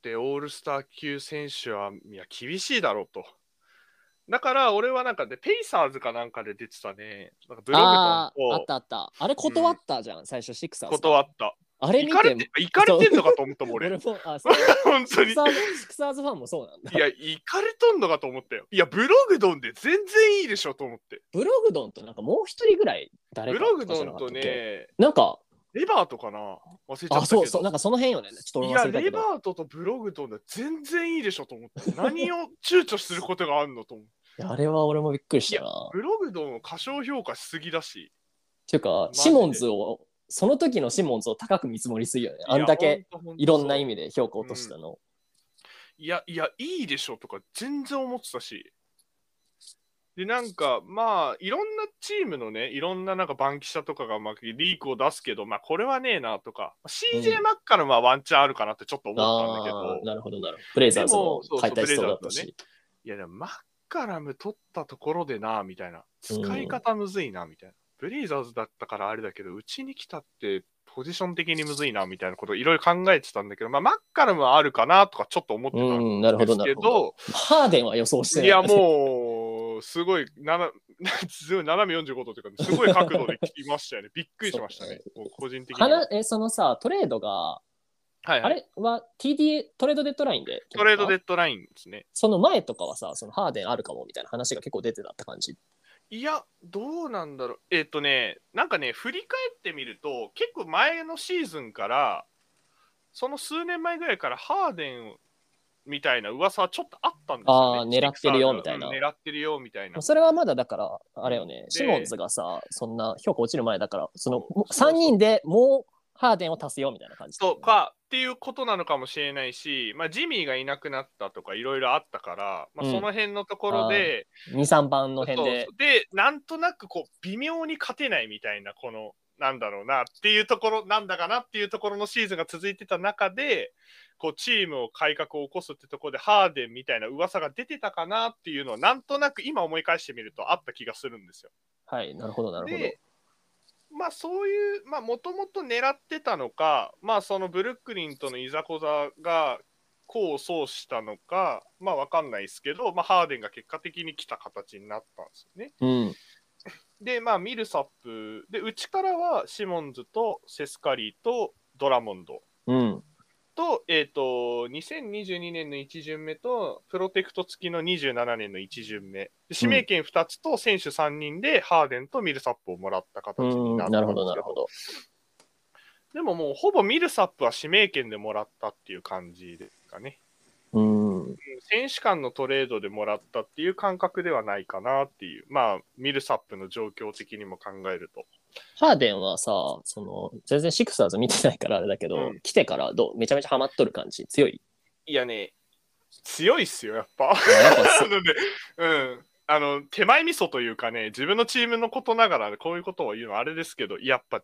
[SPEAKER 2] でオールスター級選手はいや厳しいだろうと。だから俺はなんかで、ペイサーズかなんかで出てたね、なんかブログ
[SPEAKER 1] ああ、あっ
[SPEAKER 2] ト
[SPEAKER 1] たあった。あれ断ったじゃん、最初シクサ
[SPEAKER 2] ン
[SPEAKER 1] ー
[SPEAKER 2] と
[SPEAKER 1] ズ。
[SPEAKER 2] 断った。
[SPEAKER 1] あれ見
[SPEAKER 2] 怒れ
[SPEAKER 1] て
[SPEAKER 2] て、怒れてんのかと思ったもん
[SPEAKER 1] 俺
[SPEAKER 2] 俺。
[SPEAKER 1] も、 あ、そう
[SPEAKER 2] 本当に。
[SPEAKER 1] シクサーズシクサーズファンもそうなんだ
[SPEAKER 2] い。や、怒れとんのかと思ったよ。いや、ブログドンで全然いいでしょと思って。
[SPEAKER 1] ブログドンとなんかもう一人ぐらい誰
[SPEAKER 2] ブ
[SPEAKER 1] か
[SPEAKER 2] ログ
[SPEAKER 1] とかじゃ
[SPEAKER 2] ド
[SPEAKER 1] な
[SPEAKER 2] ン
[SPEAKER 1] かったっ
[SPEAKER 2] と
[SPEAKER 1] け。
[SPEAKER 2] ね、
[SPEAKER 1] なんか、
[SPEAKER 2] レバートかな忘れちゃったけど。
[SPEAKER 1] あ、そうそう、なんかその辺よね。ちょっと俺
[SPEAKER 2] い
[SPEAKER 1] も
[SPEAKER 2] や、
[SPEAKER 1] 忘れた
[SPEAKER 2] レ
[SPEAKER 1] けど
[SPEAKER 2] バ。ートとブログドンで全然いいでしょと思って。何を躊躇することがあるのと思って。
[SPEAKER 1] いやあれは俺もびっくりしたな。
[SPEAKER 2] ブログドンを過小評価しすぎだし、
[SPEAKER 1] っていうか
[SPEAKER 2] マ、ジで
[SPEAKER 1] シモンズを、その時のシモンズを高く見積もりすぎよね。あんだけいろんな意
[SPEAKER 2] 味。
[SPEAKER 1] 味で評価落としたの。
[SPEAKER 2] いや、いや、いいでしょとか全然思ってたし。で、なんか、まあ、いろんなチームのね、いろんななんか番記者とかがまあリークを出すけど、まあ、これはねえなとか、
[SPEAKER 1] う
[SPEAKER 2] CJ マッカルマはワンチャンあるかなってちょっと思ったんだけど、
[SPEAKER 1] ああ、なるほど、なるほど。ブレイザーズも解体しそうだった
[SPEAKER 2] でも
[SPEAKER 1] し。
[SPEAKER 2] いや、でもマッカラム取ったところでな、みたいな。使い方むずいな、みたいな。ブレイザーズだったからあれだけど、うちに来たってポジション的にむずいな、みたいなことをいろいろ考えてたんだけど、まあ、マッカラムはあるかな、とかちょっと思って
[SPEAKER 1] う
[SPEAKER 2] たん
[SPEAKER 1] ん、なるほ
[SPEAKER 2] で
[SPEAKER 1] ど、
[SPEAKER 2] す
[SPEAKER 1] な
[SPEAKER 2] け
[SPEAKER 1] るほど。
[SPEAKER 2] ど、
[SPEAKER 1] ハーデンは予想してないい。
[SPEAKER 2] や、もう、すごい、ななすごい斜め45度というか、すごい角度で聞きましたよね。びっくりし ましたね。もう個人的には。
[SPEAKER 1] 話え、そのさ、トレードが、
[SPEAKER 2] は
[SPEAKER 1] あ
[SPEAKER 2] いはい、
[SPEAKER 1] れは TDA、トレードデッドラインで。
[SPEAKER 2] トレードデッドラインですね。
[SPEAKER 1] その前とかはさ、そのハーデンあるかもみたいな話が結構出てたって感じ。
[SPEAKER 2] いや、どうなんだろう。えっ、とね、なんかね、振り返ってみると、結構前のシーズンから、その数年前ぐらいからハーデンみたいな噂はちょっとあったんですよ、ね。
[SPEAKER 1] あー狙ってるよみたいな
[SPEAKER 2] うん狙ってるよみたいな。
[SPEAKER 1] それはまだだから、あれよね、
[SPEAKER 2] で
[SPEAKER 1] シモンズがさ、そんな評価落ちる前だから、その
[SPEAKER 2] そうそうそう
[SPEAKER 1] 3人でもうハーデンを足すよみたいな感じだ
[SPEAKER 2] そ
[SPEAKER 1] よね。
[SPEAKER 2] うかっていうことなのかもしれないし、まあ、ジミーがいなくなったとかいろいろあったから、まあ、
[SPEAKER 1] うん
[SPEAKER 2] その辺のところで、
[SPEAKER 1] 23番の辺
[SPEAKER 2] そう
[SPEAKER 1] で
[SPEAKER 2] そうでなんとなくこう微妙に勝てないみたいなこのなんだろうなっていうところなんだかなっていうところのシーズンが続いてた中でこうチームを改革を起こすってところでハーデンみたいな噂が出てたかなっていうのはなんとなく今思い返してみるとあった気がするんですよ。
[SPEAKER 1] はいなるほどなるほど
[SPEAKER 2] でまあそういうまあもともと狙ってたのかまあそのブルックリンとのいざこざが功を奏したのかまあわかんないですけど、まあ、ハーデンが結果的に来た形になったんですよね。
[SPEAKER 1] うん
[SPEAKER 2] で、まあ、ミルサップ、で、うちからはシモンズとセスカリーとドラモンド
[SPEAKER 1] うん
[SPEAKER 2] と、えっ、と、2022年の1巡目と、プロテクト付きの27年の1巡目、指名権2つと選手3人で、ハーデンとミルサップをもらった形
[SPEAKER 1] う
[SPEAKER 2] に
[SPEAKER 1] ん、
[SPEAKER 2] なった
[SPEAKER 1] なる
[SPEAKER 2] んですけど、
[SPEAKER 1] ほど、なるほど。
[SPEAKER 2] でももう、ほぼミルサップは指名権でもらったっていう感じですかね。
[SPEAKER 1] うん、
[SPEAKER 2] 選手間のトレードでもらったっていう感覚ではないかなっていう、まあ、ミルサップの状況的にも考えると。
[SPEAKER 1] ハーデンはさ、その全然シクサーズ見てないからあれだけど、
[SPEAKER 2] うん
[SPEAKER 1] 来てからどうめちゃめちゃハマっとる感じ、強い。
[SPEAKER 2] いやね、強いっすよ、やっぱ。
[SPEAKER 1] や っぱ
[SPEAKER 2] なので、うん。あの、手前味噌というかね、自分のチームのことながら、こういうことを言うのはあれですけど、やっぱ、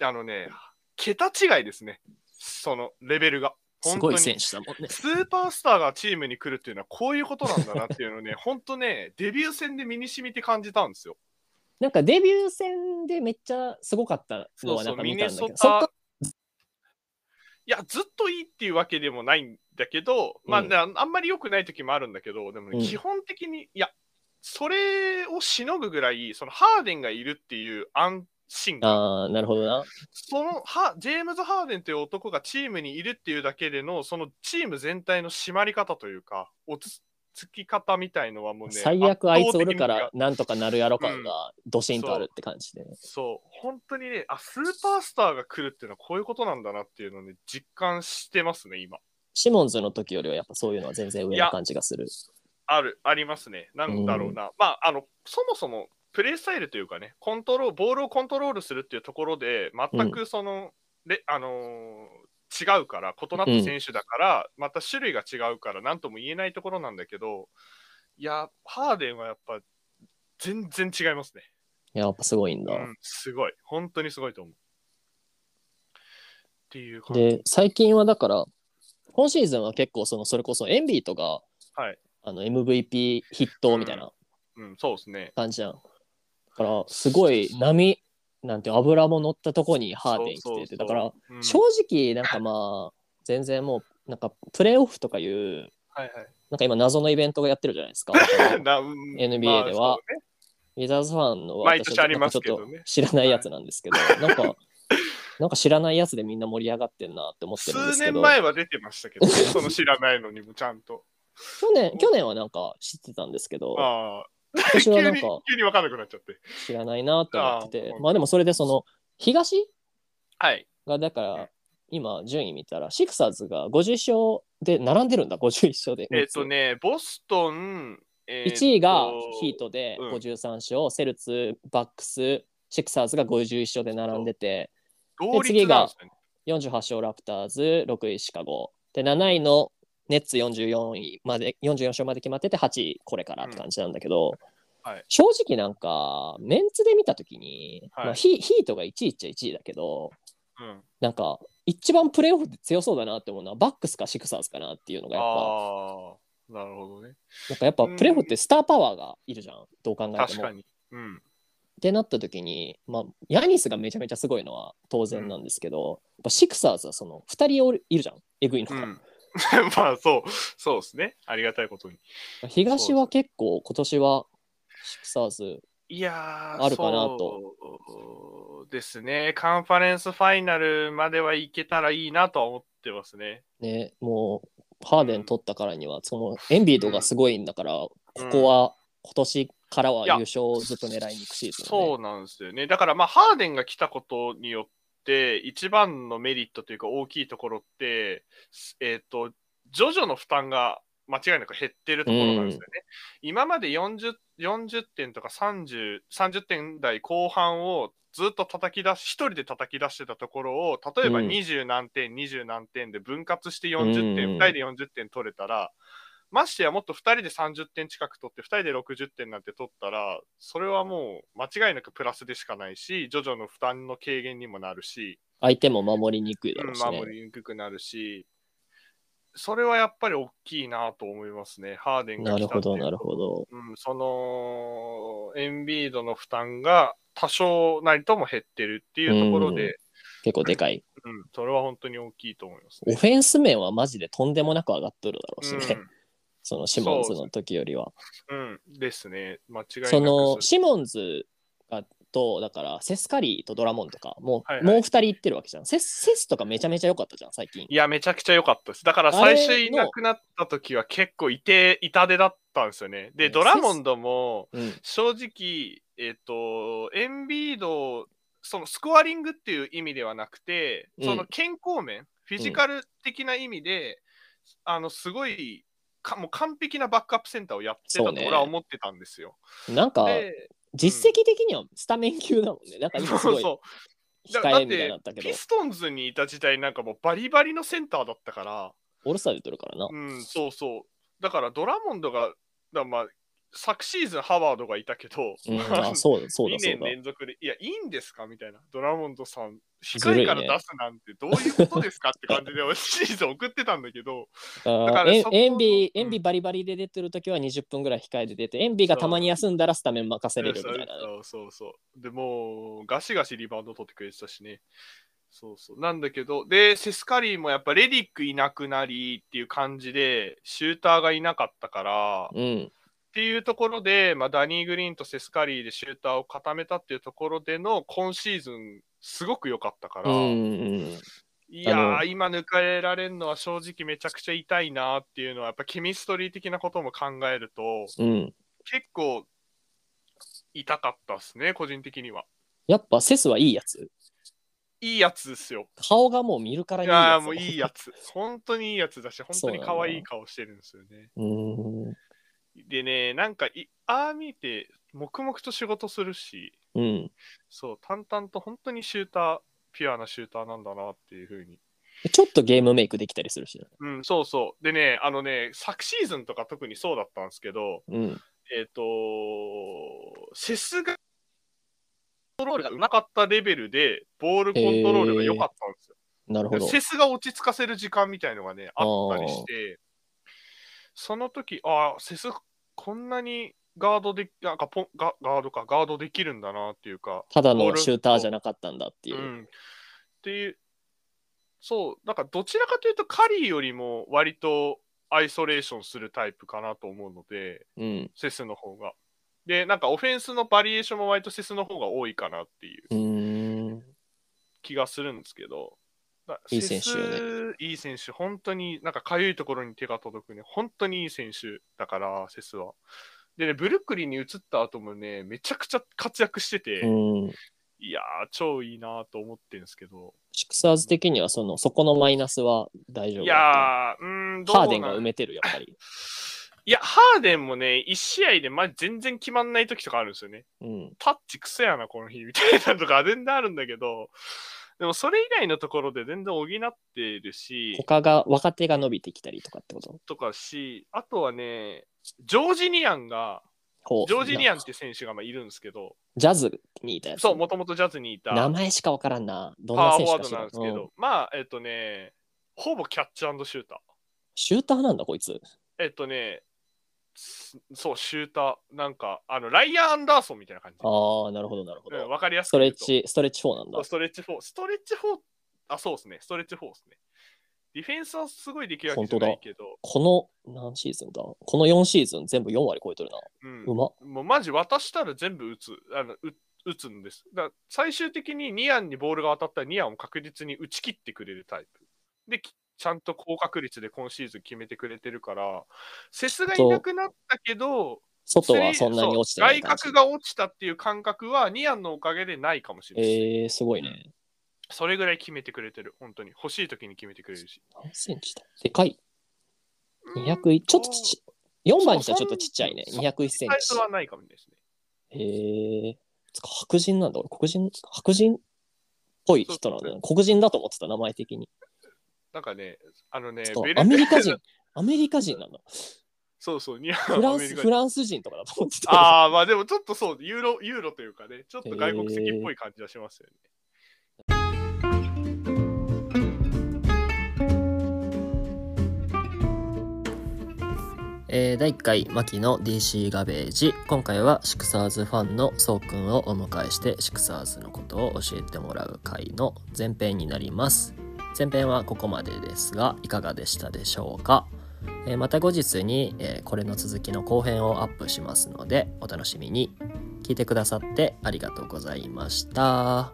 [SPEAKER 2] あのね、桁違いですね。その、レベルが。
[SPEAKER 1] す
[SPEAKER 2] 本
[SPEAKER 1] ご
[SPEAKER 2] 当
[SPEAKER 1] い
[SPEAKER 2] に
[SPEAKER 1] 選手だもんね。
[SPEAKER 2] スーパースターがチームに来るっていうのはこういうことなんだなっていうのをね、 本当ね、デビュー戦で身に染みて感じたんですよ。
[SPEAKER 1] なんかデビュー戦でめっちゃすごかったの
[SPEAKER 2] そう
[SPEAKER 1] は
[SPEAKER 2] そ
[SPEAKER 1] な
[SPEAKER 2] う、
[SPEAKER 1] んか
[SPEAKER 2] ミ
[SPEAKER 1] 見た
[SPEAKER 2] ネ
[SPEAKER 1] んだけど、
[SPEAKER 2] ソ
[SPEAKER 1] そっ
[SPEAKER 2] タ
[SPEAKER 1] か。
[SPEAKER 2] いや、ずっといいっていうわけでもないんだけど、まあ、
[SPEAKER 1] うん
[SPEAKER 2] なあんまり良くない時もあるんだけど、でもね、
[SPEAKER 1] うん
[SPEAKER 2] 基本的に、いや、それをしのぐぐらい、そのハーデンがいるっていう安心感、
[SPEAKER 1] ああ、なるほどな。
[SPEAKER 2] そのハジェームズ・ハーデンという男がチームにいるっていうだけでの、そのチーム全体の締まり方というか、落ち着き方みたいのはもうね、
[SPEAKER 1] 最悪あいつおるか
[SPEAKER 2] 圧倒的に違
[SPEAKER 1] ら
[SPEAKER 2] う
[SPEAKER 1] なんとかなるやろ感がドシンとあるって感じで。
[SPEAKER 2] そう、本当にね、あ、スーパースターが来るっていうのはこういうことなんだなっていうのをね、実感してますね、今。
[SPEAKER 1] シモンズの時よりはやっぱそういうのは全然上な感じがする。
[SPEAKER 2] ある、ありますね。なんだろうな。まあ、あの、そもそも、プレースタイルというかね、コントロール、ボールをコントロールするっていうところで、全くその、で、あのー違うから、異なった選手だから、また種類が違うから、なんとも言えないところなんだけど、いや、ハーデンはやっぱ、全然違いますね。
[SPEAKER 1] いややっぱすごいんだ。
[SPEAKER 2] うん、すごい。本当にすごいと思う。っていう感じ。
[SPEAKER 1] で最近はだから今シーズンは結構そのそれこそエンビーとか、
[SPEAKER 2] はい
[SPEAKER 1] あの MVP 筆頭みたいな
[SPEAKER 2] うん、そうですね。
[SPEAKER 1] 感じじゃん。だからすごい波なんて油も乗ったとこにハーデン来てて
[SPEAKER 2] そうそうそう
[SPEAKER 1] だから
[SPEAKER 2] うん
[SPEAKER 1] 正直なんかまあ全然もうなんかプレーオフとかいう
[SPEAKER 2] はい
[SPEAKER 1] なんか今謎のイベントがやってるじゃないです か。
[SPEAKER 2] はい。なうん
[SPEAKER 1] NBA では
[SPEAKER 2] まあそうね
[SPEAKER 1] ウィザーズファンの
[SPEAKER 2] 毎
[SPEAKER 1] 私
[SPEAKER 2] 年
[SPEAKER 1] は
[SPEAKER 2] ありますけ
[SPEAKER 1] ちょ
[SPEAKER 2] どね
[SPEAKER 1] っと知らないやつなんですけど、 なんか、なんか知らないやつでみんな盛り上がってんなって思ってるんです
[SPEAKER 2] 数
[SPEAKER 1] け
[SPEAKER 2] 年
[SPEAKER 1] ど、
[SPEAKER 2] 前は出てま したけどね、その知らないのにもちゃんと。
[SPEAKER 1] 去年、去年はなんか知ってたんですけど、
[SPEAKER 2] ああ、
[SPEAKER 1] 私
[SPEAKER 2] 急
[SPEAKER 1] は
[SPEAKER 2] に
[SPEAKER 1] なんか
[SPEAKER 2] 急に分かんなくなっちゃって。
[SPEAKER 1] 知らないなと思ってて
[SPEAKER 2] あ、ー
[SPEAKER 1] まあでもそれでその、東
[SPEAKER 2] はい。
[SPEAKER 1] がだから、今順位見たら、シクサーズが51勝で並んでるんだ、51勝で。
[SPEAKER 2] えっ、とね、ボストン、えーと
[SPEAKER 1] 1位がヒー。トで
[SPEAKER 2] うん
[SPEAKER 1] 53勝、セルツ、バックス、シクサーズが51勝で並んでて、
[SPEAKER 2] 同
[SPEAKER 1] で次
[SPEAKER 2] 率
[SPEAKER 1] が
[SPEAKER 2] なんですよね。
[SPEAKER 1] 48勝ラプターズ、6位シカゴ。で、7位のネッツ44位まで、44勝まで決まってて、8位これからって感じなんだけど、
[SPEAKER 2] うんはい
[SPEAKER 1] 正直なんか、メンツで見たときに、
[SPEAKER 2] はい
[SPEAKER 1] まあヒ、ヒートが1位っちゃ1位だけど、
[SPEAKER 2] うん、
[SPEAKER 1] なんか、一番プレーオフで強そうだなって思うのは、バックスかシクサーズかなっていうのがやっぱ、
[SPEAKER 2] ああ、なるほどね。
[SPEAKER 1] なんかやっぱ
[SPEAKER 2] うん
[SPEAKER 1] プレーオフってスターパワーがいるじゃん、どう考えて
[SPEAKER 2] 確
[SPEAKER 1] も
[SPEAKER 2] か。に。うん。
[SPEAKER 1] ってなった時に、まあ、ヤニスがめちゃめちゃすごいのは当然なんですけど、やっぱシクサーズはその2人おるいるじゃん、えぐいの
[SPEAKER 2] う
[SPEAKER 1] が。
[SPEAKER 2] ん、 まあ、そう、そうですね。ありがたいことに。
[SPEAKER 1] 東は結構今年はシクサーズ
[SPEAKER 2] いやー
[SPEAKER 1] あるかなと
[SPEAKER 2] そうですね。カンファレンスファイナルまではいけたらいいなとは思ってますね。
[SPEAKER 1] ねもうハーデン取ったからにはそのエンビードがすごいんだから、ここは今年からは優勝をずっと狙いに行くシーズン、ね、
[SPEAKER 2] そうなんですよね。だからまあ、ハーデンが来たことによって、一番のメリットというか大きいところって、えっ、と、ジョジョの負担が間違いなく減ってるところなんですよね。今まで 40, 40点とか 30, 30点台後半をずっと叩き出し、一人で叩き出してたところを、例えば
[SPEAKER 1] うん
[SPEAKER 2] 20何点、20何点で分割して40点、
[SPEAKER 1] うん
[SPEAKER 2] 2人で40点取れたら、ましてやもっと2人で30点近く取って、2人で60点なんて取ったら、それはもう間違いなくプラスでしかないし、ジョジョの負担の軽減にもなるし、
[SPEAKER 1] 相手も守りにくいだろうし
[SPEAKER 2] うん
[SPEAKER 1] ね。
[SPEAKER 2] 守りにくくなるし、それはやっぱり大きいなと思いますね、ハーデンが
[SPEAKER 1] な
[SPEAKER 2] 来た
[SPEAKER 1] るほ
[SPEAKER 2] っていうこと
[SPEAKER 1] ど、なるほど。
[SPEAKER 2] うん、そのエンビードの負担が多少なりとも減ってるっていうところで、
[SPEAKER 1] 結構で かい。
[SPEAKER 2] うんそれは本当に大きいと思います、
[SPEAKER 1] オフェンス面はマジでとんでもなく上がっとるだろうしね。
[SPEAKER 2] ね。
[SPEAKER 1] そのシモンズの時よりは。
[SPEAKER 2] うん、うん、ですね、間違いなく
[SPEAKER 1] その
[SPEAKER 2] う
[SPEAKER 1] シモンズがと、だから、セスカリーとドラモンとか、もう、
[SPEAKER 2] はいはい
[SPEAKER 1] もう二人行ってるわけじゃん。セス、セスとかめちゃめちゃ良かったじゃん、最近。
[SPEAKER 2] いや、めちゃくちゃ良かったです。だから最初いなくなった時は結構いて、痛手だったんですよね。で、
[SPEAKER 1] ね
[SPEAKER 2] ドラモンドも
[SPEAKER 1] うん。
[SPEAKER 2] 正直、えっ、と、エンビード、そのスコアリングっていう意味ではなくて、
[SPEAKER 1] うん
[SPEAKER 2] その健康面、フィジカル的な意味で、あの、すごい、かもう完璧なバックアップセンターをやってたと
[SPEAKER 1] そうね
[SPEAKER 2] 俺は思ってたんですよ。
[SPEAKER 1] なんか、
[SPEAKER 2] で、
[SPEAKER 1] 実績的にはスタメン級だもんね。なんか今す
[SPEAKER 2] そ
[SPEAKER 1] ご
[SPEAKER 2] う
[SPEAKER 1] い
[SPEAKER 2] そう。だ
[SPEAKER 1] 控えみたいになったけど
[SPEAKER 2] ピ、ストンズにいた時代なんかもうバリバリのセンターだったから、
[SPEAKER 1] オールスターで取るからな。
[SPEAKER 2] うん、そうそう。だからドラモンドが、だからまあ、昨シーズンハワードがいたけど、
[SPEAKER 1] うん、 あ、そうだ、そう
[SPEAKER 2] 2
[SPEAKER 1] だ、そう
[SPEAKER 2] 年
[SPEAKER 1] だ。
[SPEAKER 2] 連続で、いや、いいんですかみたいな、ドラモンドさん、
[SPEAKER 1] るい
[SPEAKER 2] 低
[SPEAKER 1] ね
[SPEAKER 2] いから出すなんてどういうことですかって感じで、俺シーズン送ってたんだけ ど、だ
[SPEAKER 1] あ
[SPEAKER 2] から
[SPEAKER 1] ー
[SPEAKER 2] そこ
[SPEAKER 1] エンビ、
[SPEAKER 2] うん
[SPEAKER 1] エンビバリバリで出てるときは20分ぐらい控えで出て、エンビがたまに休んだらスタメン任せれるみたいなね。
[SPEAKER 2] そうそうそう。でもう、ガシガシリバウンド取ってくれてたしね。そうそう。なんだけど、で、セスカリーもやっぱレディックいなくなりっていう感じで、シューターがいなかったから、
[SPEAKER 1] うん。
[SPEAKER 2] っていうところで、まあ、ダニー・グリーンとセスカリーでシューターを固めたっていうところでの今シーズン、すごく良かったから、
[SPEAKER 1] うんうん。
[SPEAKER 2] いや
[SPEAKER 1] あの
[SPEAKER 2] ー、今抜かれられるのは正直めちゃくちゃ痛いなっていうのは、やっぱケミストリー的なことも考えると、
[SPEAKER 1] うん。
[SPEAKER 2] 結構痛かったですね、個人的には。
[SPEAKER 1] やっぱセスはいいやつ。
[SPEAKER 2] いいやつですよ。
[SPEAKER 1] 顔がもう見るから
[SPEAKER 2] い
[SPEAKER 1] に
[SPEAKER 2] やーもういい
[SPEAKER 1] や
[SPEAKER 2] やつ。本当にいいやつだし、本当に可愛い顔してるんですよね。
[SPEAKER 1] つ。うん。
[SPEAKER 2] でね、なんかい、ああ見て、黙々と仕事するし、
[SPEAKER 1] うん。
[SPEAKER 2] そう、淡々と本当にシューター、ピュアなシューターなんだなっていうふうに。
[SPEAKER 1] ちょっとゲームメイクできたりするしね。
[SPEAKER 2] うん、そうそう。でね、あのね、昨シーズンとか特にそうだったんですけど、
[SPEAKER 1] うん。
[SPEAKER 2] えっ、とセスが、コントロールがうまかったレベルで、ボールコントロールが良かったんですよ。
[SPEAKER 1] なるほど。
[SPEAKER 2] セスが落ち着かせる時間みたいのがね、あったりして、その時、ああ、セス、こんなにガードで、なんかポンガガードか、ガードできるんだなっていうか、
[SPEAKER 1] ただのシューターじゃなかったんだっていうう。
[SPEAKER 2] ん、っていう、そう、だからどちらかというと、カリーよりも割とアイソレーションするタイプかなと思うので、
[SPEAKER 1] うん。
[SPEAKER 2] セスの方が。で、なんかオフェンスのバリエーションも割とセスの方が多いかなっていう
[SPEAKER 1] うーん。
[SPEAKER 2] 気がするんですけど、だ
[SPEAKER 1] いい選手よね
[SPEAKER 2] セスいい選手、本当になんかかゆいところに手が届くね、本当にいい選手だから、セスは。でね、ブルックリンに移った後もね、めちゃくちゃ活躍してて、
[SPEAKER 1] うん。
[SPEAKER 2] いやー、超いいなと思ってるんですけど、
[SPEAKER 1] シクサーズ的にはその、そこのマイナスは大丈夫
[SPEAKER 2] い
[SPEAKER 1] だっ
[SPEAKER 2] やー、うーん、
[SPEAKER 1] た
[SPEAKER 2] どう
[SPEAKER 1] ハ
[SPEAKER 2] な
[SPEAKER 1] ーデン
[SPEAKER 2] ん
[SPEAKER 1] が埋めてる、やっぱり。
[SPEAKER 2] いや、ハーデンもね、1試合で、まじ全然決まんない時とかあるんですよね。
[SPEAKER 1] うん。
[SPEAKER 2] タッチクソやな、この日、みたいなのとか全然あるんだけど、でもそれ以外のところで全然補ってるし、
[SPEAKER 1] 他が、若手が伸びてきたりとかってこと
[SPEAKER 2] とかし、あとはね、ジョージ・ニアンが、
[SPEAKER 1] こう
[SPEAKER 2] ジョージ・ニ
[SPEAKER 1] な
[SPEAKER 2] アンって選手がまあいるんですけど、
[SPEAKER 1] ジャズにいたやつ。
[SPEAKER 2] そう、もともとジャズにいた
[SPEAKER 1] 名前しかわからんな。どん
[SPEAKER 2] パワ
[SPEAKER 1] な選
[SPEAKER 2] ーフォ
[SPEAKER 1] 手
[SPEAKER 2] ワ
[SPEAKER 1] か
[SPEAKER 2] ー
[SPEAKER 1] し
[SPEAKER 2] ドな
[SPEAKER 1] ら
[SPEAKER 2] んで。すけ
[SPEAKER 1] うん
[SPEAKER 2] ど、まあ、えっとね、ほぼキャッチシューター。
[SPEAKER 1] シューターなんだ、こいつ。
[SPEAKER 2] えっとね、すそう、シューター。なんか、あの、ライアン・アンダーソンみたいな感じ。
[SPEAKER 1] ああ、なるほど、なるほ
[SPEAKER 2] うん、
[SPEAKER 1] ど。
[SPEAKER 2] わかりやす
[SPEAKER 1] ス
[SPEAKER 2] く
[SPEAKER 1] トレ
[SPEAKER 2] 言
[SPEAKER 1] ッ
[SPEAKER 2] うと。
[SPEAKER 1] チ、ストレッチ4なんだ
[SPEAKER 2] そう。ストレッチ4。ストレッチ4、あ、そうですね。ストレッチ4ですね。ディフェンスはすごいできるわけじゃないけど、
[SPEAKER 1] この、何シーズンだこの4シーズン全部4割超えてるな。
[SPEAKER 2] うん
[SPEAKER 1] う、まっ。
[SPEAKER 2] もうマジ渡したら全部打つ、あのう打つんです。だから最終的にニアンにボールが当たったらニアンを確実に打ち切ってくれるタイプ。で、きちゃんと高確率で今シーズン決めてくれてるから、セスがいなくなったけど、
[SPEAKER 1] 外はそんなに落ちてない
[SPEAKER 2] そう
[SPEAKER 1] 感
[SPEAKER 2] 外
[SPEAKER 1] じ
[SPEAKER 2] 角。が落ちたっていう感覚はニアンのおかげでないかもしれない、
[SPEAKER 1] えー、すごいね。
[SPEAKER 2] それぐらい決めてくれてる本当に欲しい時に決めてくれるし
[SPEAKER 1] 何センチだでかい。201、ちょっとちっ
[SPEAKER 2] ち
[SPEAKER 1] ち4番にしてはちょっとちっちゃいね。201セン
[SPEAKER 2] サイ
[SPEAKER 1] チ
[SPEAKER 2] ズ。はないかもですね
[SPEAKER 1] へえー。つか白人なんだ。俺、黒人、白人っぽい人なんだ、ね。黒人だと思ってた、名前的に。
[SPEAKER 2] なんかねあのね
[SPEAKER 1] つか
[SPEAKER 2] ベル
[SPEAKER 1] アメリカ人、アメリカ人なんだ。
[SPEAKER 2] そう そうニアン
[SPEAKER 1] フラン
[SPEAKER 2] アメリ
[SPEAKER 1] ス、
[SPEAKER 2] カ
[SPEAKER 1] フ
[SPEAKER 2] 人
[SPEAKER 1] ランス人とかだと思ってた。
[SPEAKER 2] ああまあでもちょっとそうユーロユーロというかねちょっと外国籍っぽい感じはしますよね、
[SPEAKER 1] えー第1回牧の DC ガベージ今回はシクサーズファンのそうくんをお迎えしてシクサーズのことを教えてもらう回の前編になります前編はここまでですがいかがでしたでしょうか、えーまた後日に、えーこれの続きの後編をアップしますのでお楽しみに聞いてくださってありがとうございました。